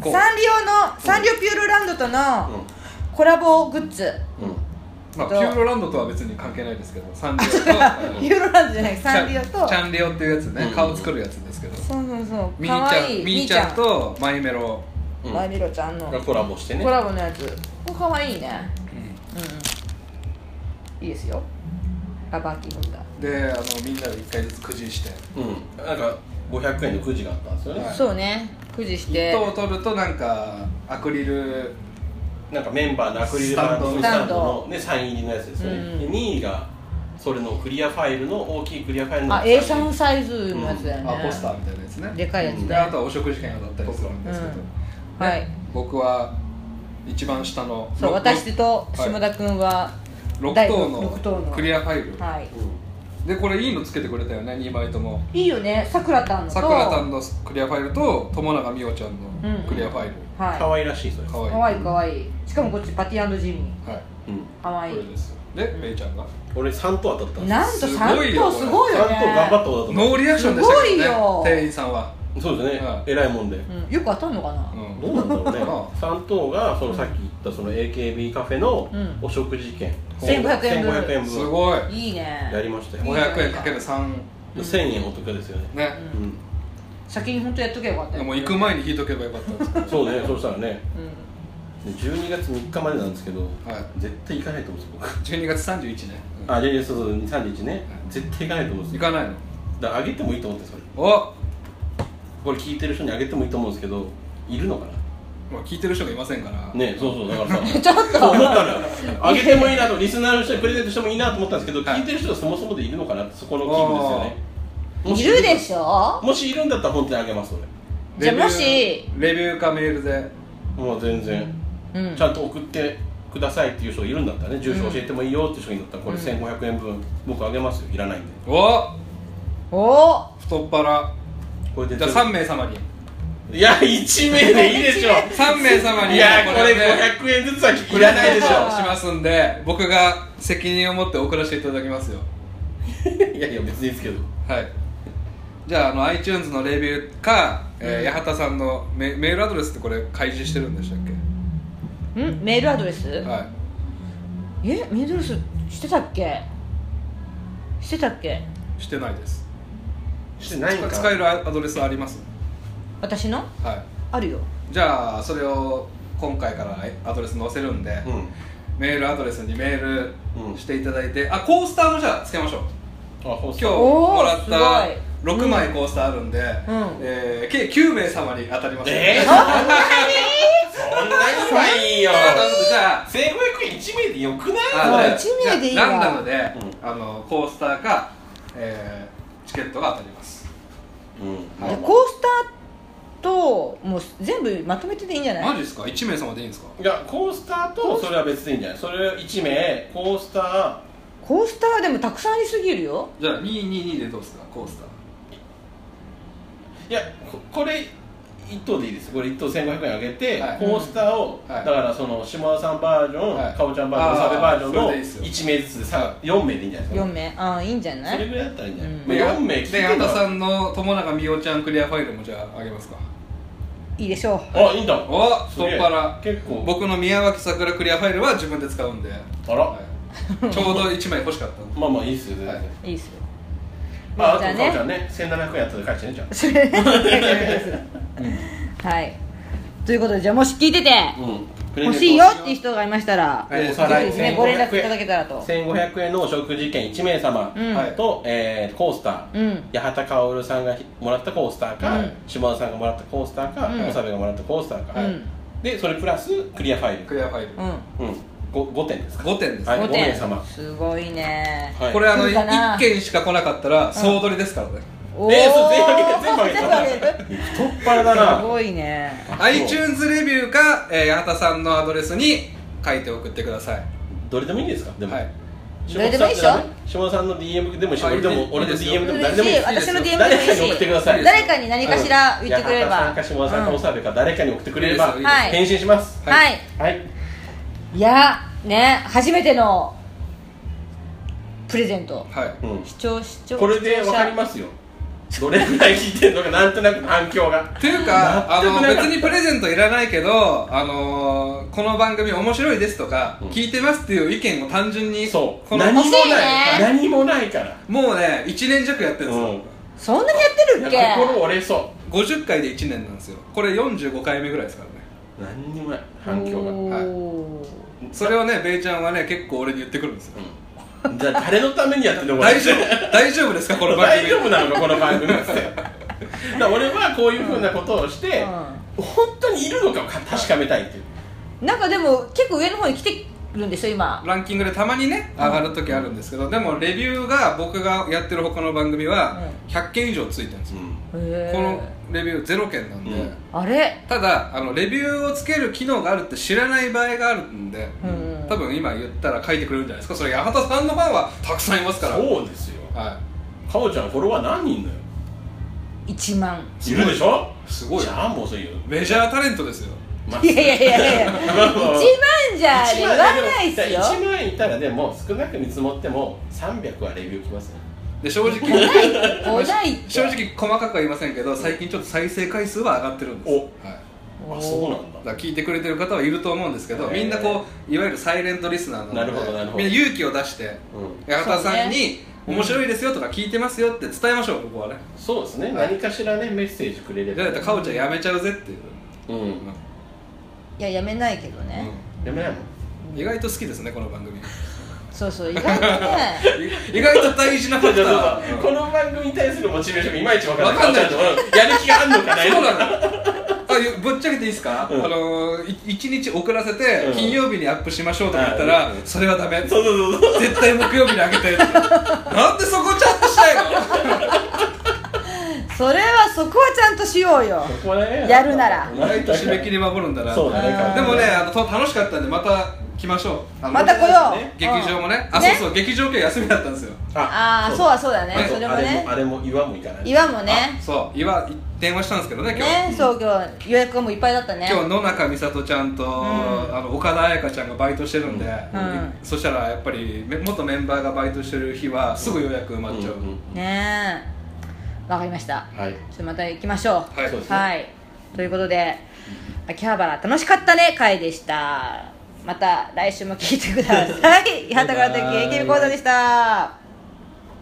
[SPEAKER 2] こう
[SPEAKER 1] サンリオのサンリオピューロランドとのコラボグッズ、
[SPEAKER 3] うんうん
[SPEAKER 2] まあ、ピ
[SPEAKER 1] どう
[SPEAKER 2] ューロランドとは別に関係ないですけどサンリオと
[SPEAKER 1] ピューロランドじゃないサンリオ
[SPEAKER 2] チャ
[SPEAKER 1] と
[SPEAKER 2] チャンリオっていうやつね、
[SPEAKER 3] うん
[SPEAKER 2] 顔作るやつですけど
[SPEAKER 1] そうそうそう
[SPEAKER 2] ミ
[SPEAKER 1] か
[SPEAKER 2] ニち
[SPEAKER 1] わ
[SPEAKER 2] ゃん
[SPEAKER 1] いい
[SPEAKER 2] ミニちゃんとマイメロ、
[SPEAKER 3] うん
[SPEAKER 1] マイミロちゃんの
[SPEAKER 3] がコラボしてね
[SPEAKER 1] コラボのやつこれかわいいねうんいいですよラバーキングだ
[SPEAKER 2] であのみんなで一回ずつくじして
[SPEAKER 3] うんなんか500円のくじがあったんですよね、
[SPEAKER 2] はい
[SPEAKER 1] そうねくじし
[SPEAKER 2] 一
[SPEAKER 1] て
[SPEAKER 2] 等を取るとなんかアクリル
[SPEAKER 3] なんかメンバーのアクリル板の
[SPEAKER 2] ス
[SPEAKER 3] ス
[SPEAKER 1] タ
[SPEAKER 3] タ
[SPEAKER 1] ン
[SPEAKER 3] ン
[SPEAKER 1] ド
[SPEAKER 3] ドの、ね、サイン入りのやつですよね、
[SPEAKER 1] うん
[SPEAKER 3] で2位がそれのクリアファイルの大きいクリアファイルの
[SPEAKER 1] あ A3 サイズのやつだ
[SPEAKER 2] あ
[SPEAKER 1] よね
[SPEAKER 2] ポスターみたいなやつね
[SPEAKER 1] でかいやつ
[SPEAKER 2] であ
[SPEAKER 1] ね
[SPEAKER 2] とはお食事券が当たったりするんですけど、
[SPEAKER 1] うんはい
[SPEAKER 2] 僕は一番下の
[SPEAKER 1] そう
[SPEAKER 2] ろ
[SPEAKER 1] 私と
[SPEAKER 2] はい
[SPEAKER 1] 下田君は
[SPEAKER 2] 六
[SPEAKER 1] 第
[SPEAKER 2] 等
[SPEAKER 1] 六等の
[SPEAKER 2] のクリアファイル、
[SPEAKER 1] はい
[SPEAKER 2] でこれいいのつけてくれたよね2枚とも
[SPEAKER 1] いいよねさくらたんのと
[SPEAKER 2] さくらたんのクリアファイルと友永美桜ちゃんのクリアファイル、
[SPEAKER 1] はい
[SPEAKER 3] かわいらしいそれ
[SPEAKER 2] か
[SPEAKER 1] か
[SPEAKER 2] わいい
[SPEAKER 1] わいいかわいいしかもこっちパティジミ
[SPEAKER 2] はい
[SPEAKER 3] うん
[SPEAKER 1] ーかわい
[SPEAKER 2] これ
[SPEAKER 1] い
[SPEAKER 2] ですで、メイちゃんが
[SPEAKER 3] 俺3等当たったんです
[SPEAKER 1] なんと
[SPEAKER 2] す
[SPEAKER 1] 三
[SPEAKER 2] ごいよ
[SPEAKER 1] 等すごいよ
[SPEAKER 3] 3等頑張った
[SPEAKER 1] ね
[SPEAKER 3] ことだと思
[SPEAKER 2] ノーリアクションでしたけどね
[SPEAKER 1] すごいよ
[SPEAKER 2] 店員さんは、
[SPEAKER 3] うそうですね、
[SPEAKER 2] は
[SPEAKER 3] 偉いもんで、
[SPEAKER 1] うんよく当たんのかな
[SPEAKER 2] うん
[SPEAKER 3] どうなんだろ うね
[SPEAKER 2] まあ
[SPEAKER 3] 3等がそのさっき言ったその AKB カフェの
[SPEAKER 1] うん
[SPEAKER 3] お食事券、
[SPEAKER 1] 1500円分
[SPEAKER 3] 1500円
[SPEAKER 2] す
[SPEAKER 3] 分
[SPEAKER 2] ごい
[SPEAKER 1] いいね
[SPEAKER 3] やりましたよ、
[SPEAKER 1] うん
[SPEAKER 2] 500円かける3
[SPEAKER 3] 1000円お得ですよね、
[SPEAKER 2] ね、
[SPEAKER 1] うん
[SPEAKER 3] うん
[SPEAKER 1] 先に本当やっとけばよかったよ
[SPEAKER 2] もう行く前に引いとけばよかった んですけど
[SPEAKER 3] そうねそうしたらね
[SPEAKER 1] うん
[SPEAKER 3] で12月3日までなんですけど、
[SPEAKER 2] い
[SPEAKER 3] 絶対行かないと思うんですよ僕
[SPEAKER 2] 12月31ね、
[SPEAKER 3] あいやいやそうそう31ね絶対行かないと思うんです
[SPEAKER 2] 行
[SPEAKER 3] よ
[SPEAKER 2] かないの
[SPEAKER 3] だからあげてもいいと思うんですよそれ
[SPEAKER 2] お、ま
[SPEAKER 3] これ聞いてる人にあげてもいいと思うんですけどいるのかな
[SPEAKER 2] あ、聞いてる人がいませんから、
[SPEAKER 3] ねそうそうだからさ
[SPEAKER 1] ちょっ
[SPEAKER 3] そう思っ
[SPEAKER 1] と
[SPEAKER 3] たのよあげてもいいなとリスナーの人にプレゼントしてもいいなと思ったんですけど、
[SPEAKER 2] はい
[SPEAKER 3] 聞いてる人がそもそもでいるのかなってそこの危惧ですよねも
[SPEAKER 1] いるでしょ
[SPEAKER 3] もしいるんだったら本当にあげます
[SPEAKER 1] じゃあ
[SPEAKER 2] レビュー
[SPEAKER 1] もし
[SPEAKER 2] レビューかメールで
[SPEAKER 3] 俺もう全
[SPEAKER 1] う
[SPEAKER 3] 然、
[SPEAKER 1] ん
[SPEAKER 3] ちゃんと送ってくださいっていう人がいるんだったらね住所教えてもいいよっていう人がいるんだったらこれ1500円分僕あげますよいらないんで
[SPEAKER 2] お
[SPEAKER 1] お
[SPEAKER 2] 太っ腹
[SPEAKER 3] これで
[SPEAKER 2] じゃあ3名様に
[SPEAKER 3] いや1名でいいでしょ
[SPEAKER 2] 3名様に
[SPEAKER 3] いやこれ
[SPEAKER 2] ね
[SPEAKER 3] 500円ずつはいらない
[SPEAKER 2] プレゼン
[SPEAKER 3] でし
[SPEAKER 2] ト
[SPEAKER 3] ょ
[SPEAKER 2] しますんで僕が責任を持って送らせていただきますよ
[SPEAKER 3] いやいや別にいいですけど
[SPEAKER 2] はいじゃああの iTunes のレビューか、えー八幡さんのメメールアドレスってこれ開示してるんでしたっけ
[SPEAKER 1] んメールアドレス
[SPEAKER 2] はい
[SPEAKER 1] えメールアドレスしてたっけしてたっけ
[SPEAKER 2] してないです
[SPEAKER 3] してないんか
[SPEAKER 2] 使えるアドレスあります
[SPEAKER 1] 私の
[SPEAKER 2] は
[SPEAKER 1] あるよ
[SPEAKER 2] いじゃあそれを今回からアドレス載せるんで、
[SPEAKER 3] うん
[SPEAKER 2] メールアドレスにメー
[SPEAKER 3] うん
[SPEAKER 2] ルしていただいて、あコースターもじゃあつけましょう
[SPEAKER 3] あそう
[SPEAKER 2] 今日
[SPEAKER 3] そう
[SPEAKER 1] おー
[SPEAKER 2] もらっ
[SPEAKER 1] す
[SPEAKER 2] た
[SPEAKER 1] ごい
[SPEAKER 2] 6枚コースターあるんで、
[SPEAKER 1] ん
[SPEAKER 2] えー計9名様に当たります
[SPEAKER 3] えー
[SPEAKER 2] じゃあ
[SPEAKER 3] そんなにはいいよ
[SPEAKER 2] じゃあ
[SPEAKER 3] 1500円1名でよくない
[SPEAKER 2] あ
[SPEAKER 1] もう
[SPEAKER 2] じゃあ
[SPEAKER 1] 一名でいいわ
[SPEAKER 2] ランダムで、あのコースターか、えーチケットが当たります
[SPEAKER 3] うん
[SPEAKER 1] じ
[SPEAKER 2] は
[SPEAKER 1] ゃあ
[SPEAKER 2] い
[SPEAKER 1] コースターともう全部まとめてでいいんじゃな
[SPEAKER 2] マ
[SPEAKER 1] い
[SPEAKER 2] ジですか1名様でいいんですか
[SPEAKER 3] いやコースターとそれは別でいいんじゃないそれ1名コースター
[SPEAKER 1] コースターはでもたくさんありすぎるよ
[SPEAKER 2] じゃあ222でどうですかコースター
[SPEAKER 3] いやここれ1等でいいですこれ1等1500円あげて、
[SPEAKER 2] はい
[SPEAKER 3] コースターを、
[SPEAKER 2] はい
[SPEAKER 3] だからその下田さんバージョン、
[SPEAKER 2] はい
[SPEAKER 3] かおちゃんバージョン澤部バージョン
[SPEAKER 2] あーそ
[SPEAKER 3] の
[SPEAKER 2] れでいいっすよ
[SPEAKER 3] 1名ずつでさ4名でいいんじゃないですか
[SPEAKER 1] 4名ああいいんじゃな
[SPEAKER 3] それ
[SPEAKER 1] い
[SPEAKER 3] ぐらいだったらいいんじゃない、
[SPEAKER 1] うん
[SPEAKER 3] まあ、4名聞い
[SPEAKER 2] で
[SPEAKER 3] て
[SPEAKER 2] 八
[SPEAKER 3] んだ
[SPEAKER 2] 幡さんの友永美桜ちゃんクリアファイルもじゃああげますか
[SPEAKER 1] いいでしょう
[SPEAKER 3] あいいんだ
[SPEAKER 2] お
[SPEAKER 3] す
[SPEAKER 2] 太
[SPEAKER 3] げ
[SPEAKER 2] っ
[SPEAKER 3] え
[SPEAKER 2] 腹
[SPEAKER 3] 結構
[SPEAKER 2] 僕の宮脇さくらクリアファイルは自分で使うんであ
[SPEAKER 3] あら
[SPEAKER 2] ちょうど1枚欲しかったんで
[SPEAKER 3] まあまあいいっすよ全然、
[SPEAKER 2] はい
[SPEAKER 1] いいっすよ
[SPEAKER 3] まああと
[SPEAKER 1] じゃ
[SPEAKER 3] か
[SPEAKER 1] あ
[SPEAKER 3] お
[SPEAKER 1] ね
[SPEAKER 3] ちゃんね1700円後で返してねじゃん
[SPEAKER 1] それ はいということでじゃあもし聞いてて
[SPEAKER 3] うん
[SPEAKER 1] 欲しいよっていう人がいましたら
[SPEAKER 2] はい
[SPEAKER 3] おさら
[SPEAKER 1] ぜ
[SPEAKER 3] い
[SPEAKER 1] ひですねご連絡いただけたらと
[SPEAKER 3] 1500円のお食事券1名様
[SPEAKER 1] うん
[SPEAKER 2] はい
[SPEAKER 3] と、えーコースター、
[SPEAKER 1] うん
[SPEAKER 3] 八幡薫さんがもらったコースターか、
[SPEAKER 1] うん
[SPEAKER 3] 下田さんがもらったコースターか
[SPEAKER 1] うん
[SPEAKER 3] 長部、がもらったコースターか、
[SPEAKER 1] うん
[SPEAKER 3] でそれプラスクリアファイ
[SPEAKER 2] クリアファイル
[SPEAKER 1] うん
[SPEAKER 3] ル、うん、ご 5, 点ですか、
[SPEAKER 2] 5点です
[SPEAKER 3] はい
[SPEAKER 1] 5
[SPEAKER 3] 5
[SPEAKER 1] 点
[SPEAKER 3] 名様
[SPEAKER 1] すごいね
[SPEAKER 3] はい
[SPEAKER 2] これあの
[SPEAKER 1] 来るかな
[SPEAKER 2] 1件しか来なかったら総取りですからね
[SPEAKER 1] おー
[SPEAKER 3] えーそう全部あげた全部あげた
[SPEAKER 1] 全部あげる
[SPEAKER 3] 太っ腹だ
[SPEAKER 1] す
[SPEAKER 3] な
[SPEAKER 1] ごいね
[SPEAKER 2] iTunes レビューか、えー、八幡さんのアドレスに書いて送ってください
[SPEAKER 3] どれでもいいんですかでも、
[SPEAKER 2] はい
[SPEAKER 3] 下田さんってダメ下田さんの DM でもいいし
[SPEAKER 2] あいい
[SPEAKER 3] 俺で
[SPEAKER 2] です
[SPEAKER 3] も俺
[SPEAKER 2] いい
[SPEAKER 3] の
[SPEAKER 2] ですよ
[SPEAKER 3] DM でも誰
[SPEAKER 1] 嬉
[SPEAKER 3] で
[SPEAKER 1] し
[SPEAKER 3] もいい
[SPEAKER 1] い
[SPEAKER 3] です
[SPEAKER 1] 私の DM でもい
[SPEAKER 3] 誰
[SPEAKER 1] い
[SPEAKER 3] かに送ってくだ
[SPEAKER 1] し
[SPEAKER 3] さい
[SPEAKER 1] 誰かに何かしら言ってくれれば
[SPEAKER 3] 八幡さんか下田さんか
[SPEAKER 1] うん
[SPEAKER 3] おさべか誰かに送ってくれれば
[SPEAKER 2] いいです
[SPEAKER 1] よはい
[SPEAKER 3] 返信します
[SPEAKER 1] はい
[SPEAKER 3] はい
[SPEAKER 1] いやね初めてのプレゼント
[SPEAKER 2] はい
[SPEAKER 3] うん
[SPEAKER 1] 視聴視聴
[SPEAKER 3] これでわかりますよどれぐらい聞いてるのかなんとなくの反響が
[SPEAKER 2] っていうかあ
[SPEAKER 3] 全く
[SPEAKER 2] の
[SPEAKER 3] なかった
[SPEAKER 2] 別にプレゼントいらないけど、あのーこの番組面白いですとか、
[SPEAKER 3] うん
[SPEAKER 2] 聞いてますっていう意見を単純に
[SPEAKER 3] そう
[SPEAKER 2] この
[SPEAKER 3] 何も
[SPEAKER 1] 欲しいね
[SPEAKER 3] ない何もないから
[SPEAKER 2] もうね1年弱やってるんですよ、
[SPEAKER 1] そんなにやってるっ
[SPEAKER 3] いや心
[SPEAKER 1] け
[SPEAKER 3] 折れそ
[SPEAKER 2] 50回で1年なんですよこれ45回目ぐらいですからね
[SPEAKER 3] う何にもない反響が
[SPEAKER 1] おー
[SPEAKER 2] それをねベイちゃんはね結構俺に言ってくるんですよ
[SPEAKER 3] うんじゃあ誰のためにやってるのこれ
[SPEAKER 2] 大丈夫大丈夫ですかこの番
[SPEAKER 3] 大
[SPEAKER 2] 組
[SPEAKER 3] 丈夫なのかこの番組ってだから俺はこういうふうなことをして、本当にいるのかを確かめたいっていう
[SPEAKER 1] なんかでも結構上の方に来てるんでしょ今
[SPEAKER 2] ランキングでたまにね上がる時あるんですけど、でもレビューが僕がやってる他の番組は100件以上ついてるんですよ、
[SPEAKER 1] へ
[SPEAKER 2] こ
[SPEAKER 1] え
[SPEAKER 2] のレビュー0件なんで、
[SPEAKER 3] うん
[SPEAKER 1] あれ
[SPEAKER 2] ただあのレビューをつける機能があるって知らない場合があるんで、
[SPEAKER 1] うん
[SPEAKER 2] 多分今言ったら書いてくれるんじゃないですかそれ八幡さんのファンはたくさんいますから
[SPEAKER 3] そうですよ
[SPEAKER 2] は
[SPEAKER 3] かおちゃんフォロワー何人だよ
[SPEAKER 1] 1万
[SPEAKER 3] いるでしょ
[SPEAKER 2] いすごい
[SPEAKER 3] じゃあもうそういう
[SPEAKER 2] メジャータレントですよ
[SPEAKER 3] まあ
[SPEAKER 1] いやいやいやいや1万じゃあ言わないっすよ
[SPEAKER 3] 1万いたらでも少なく見積もっても300はレビューきますね
[SPEAKER 2] で正直
[SPEAKER 1] おないって
[SPEAKER 2] 正直細かくは言いませんけど最近ちょっと再生回数は上がってるんです、
[SPEAKER 3] お
[SPEAKER 2] はい、
[SPEAKER 1] おー
[SPEAKER 3] あそうなん
[SPEAKER 2] だか
[SPEAKER 3] だ
[SPEAKER 2] ら聞いてくれてる方はいると思うんですけどみんなこういわゆるサイレントリスナーなので
[SPEAKER 3] なるほどなるほど
[SPEAKER 2] みんな勇気を出して
[SPEAKER 3] うん
[SPEAKER 2] 八幡さんに、
[SPEAKER 1] うん
[SPEAKER 2] 面白いですよとか聞いてますよって伝えましょうここはね
[SPEAKER 3] そうですね
[SPEAKER 2] はい
[SPEAKER 3] 何かしらねメッセージくれれ
[SPEAKER 2] じゃな
[SPEAKER 3] ば
[SPEAKER 2] いとかおちゃんやめちゃうぜっていう、
[SPEAKER 3] うん
[SPEAKER 1] いややめないけどね
[SPEAKER 3] やめないもん
[SPEAKER 2] うん意外と好きですねこの番組
[SPEAKER 1] そうそう意外とね
[SPEAKER 2] 意外と大事なファクタ
[SPEAKER 3] じゃあ
[SPEAKER 2] ー
[SPEAKER 3] この番組に対するモチベーションがいまいち分からない
[SPEAKER 2] わかんない
[SPEAKER 3] かおちゃんとうんやる気があんのかない
[SPEAKER 2] そ
[SPEAKER 3] の
[SPEAKER 2] う
[SPEAKER 3] か
[SPEAKER 2] なのあゆぶっちゃけていいですか、
[SPEAKER 3] うん
[SPEAKER 2] あのーい一日遅らせて、
[SPEAKER 3] うん
[SPEAKER 2] 金曜日にアップしましょうとか言ったら、
[SPEAKER 3] うん
[SPEAKER 2] それはダメ
[SPEAKER 3] そうそうそうそう
[SPEAKER 2] 絶対木曜日にあげてってなんでそこちゃんとしたいの
[SPEAKER 1] それはそこはちゃんとしようよ
[SPEAKER 3] ここね
[SPEAKER 1] やるなら
[SPEAKER 2] 意外と締め切り守るんだな
[SPEAKER 3] そうだ
[SPEAKER 1] あ
[SPEAKER 3] ね
[SPEAKER 1] ー
[SPEAKER 2] でもねあのと楽しかったんでまた来ましょうあの
[SPEAKER 1] また来よう
[SPEAKER 2] 劇場もね、
[SPEAKER 1] うん
[SPEAKER 2] あ
[SPEAKER 1] ね
[SPEAKER 2] そうそう劇場今日休みだったんですよ
[SPEAKER 1] ああそうはそうだね
[SPEAKER 3] あと
[SPEAKER 1] それも
[SPEAKER 3] あれ
[SPEAKER 1] ね
[SPEAKER 3] もあれも岩も行かない
[SPEAKER 1] 岩もね
[SPEAKER 2] そう岩電話したんですけどね今日
[SPEAKER 1] ねそう今日予約がもういっぱいだったね
[SPEAKER 2] 今日野中美里ちゃんと、あの岡田彩香ちゃんがバイトしてるんで、
[SPEAKER 1] ん
[SPEAKER 2] そしたらやっぱりめ元メンバーがバイトしてる日はすぐ予約埋まっちゃう、
[SPEAKER 3] うんうん
[SPEAKER 1] ねえわかりました
[SPEAKER 3] はい
[SPEAKER 1] ちょっとまた行きましょう
[SPEAKER 2] はい
[SPEAKER 3] そうですね
[SPEAKER 1] はいということで秋葉原楽しかったね会で したまた来週も聞いてください八幡からとき AKB 講座でした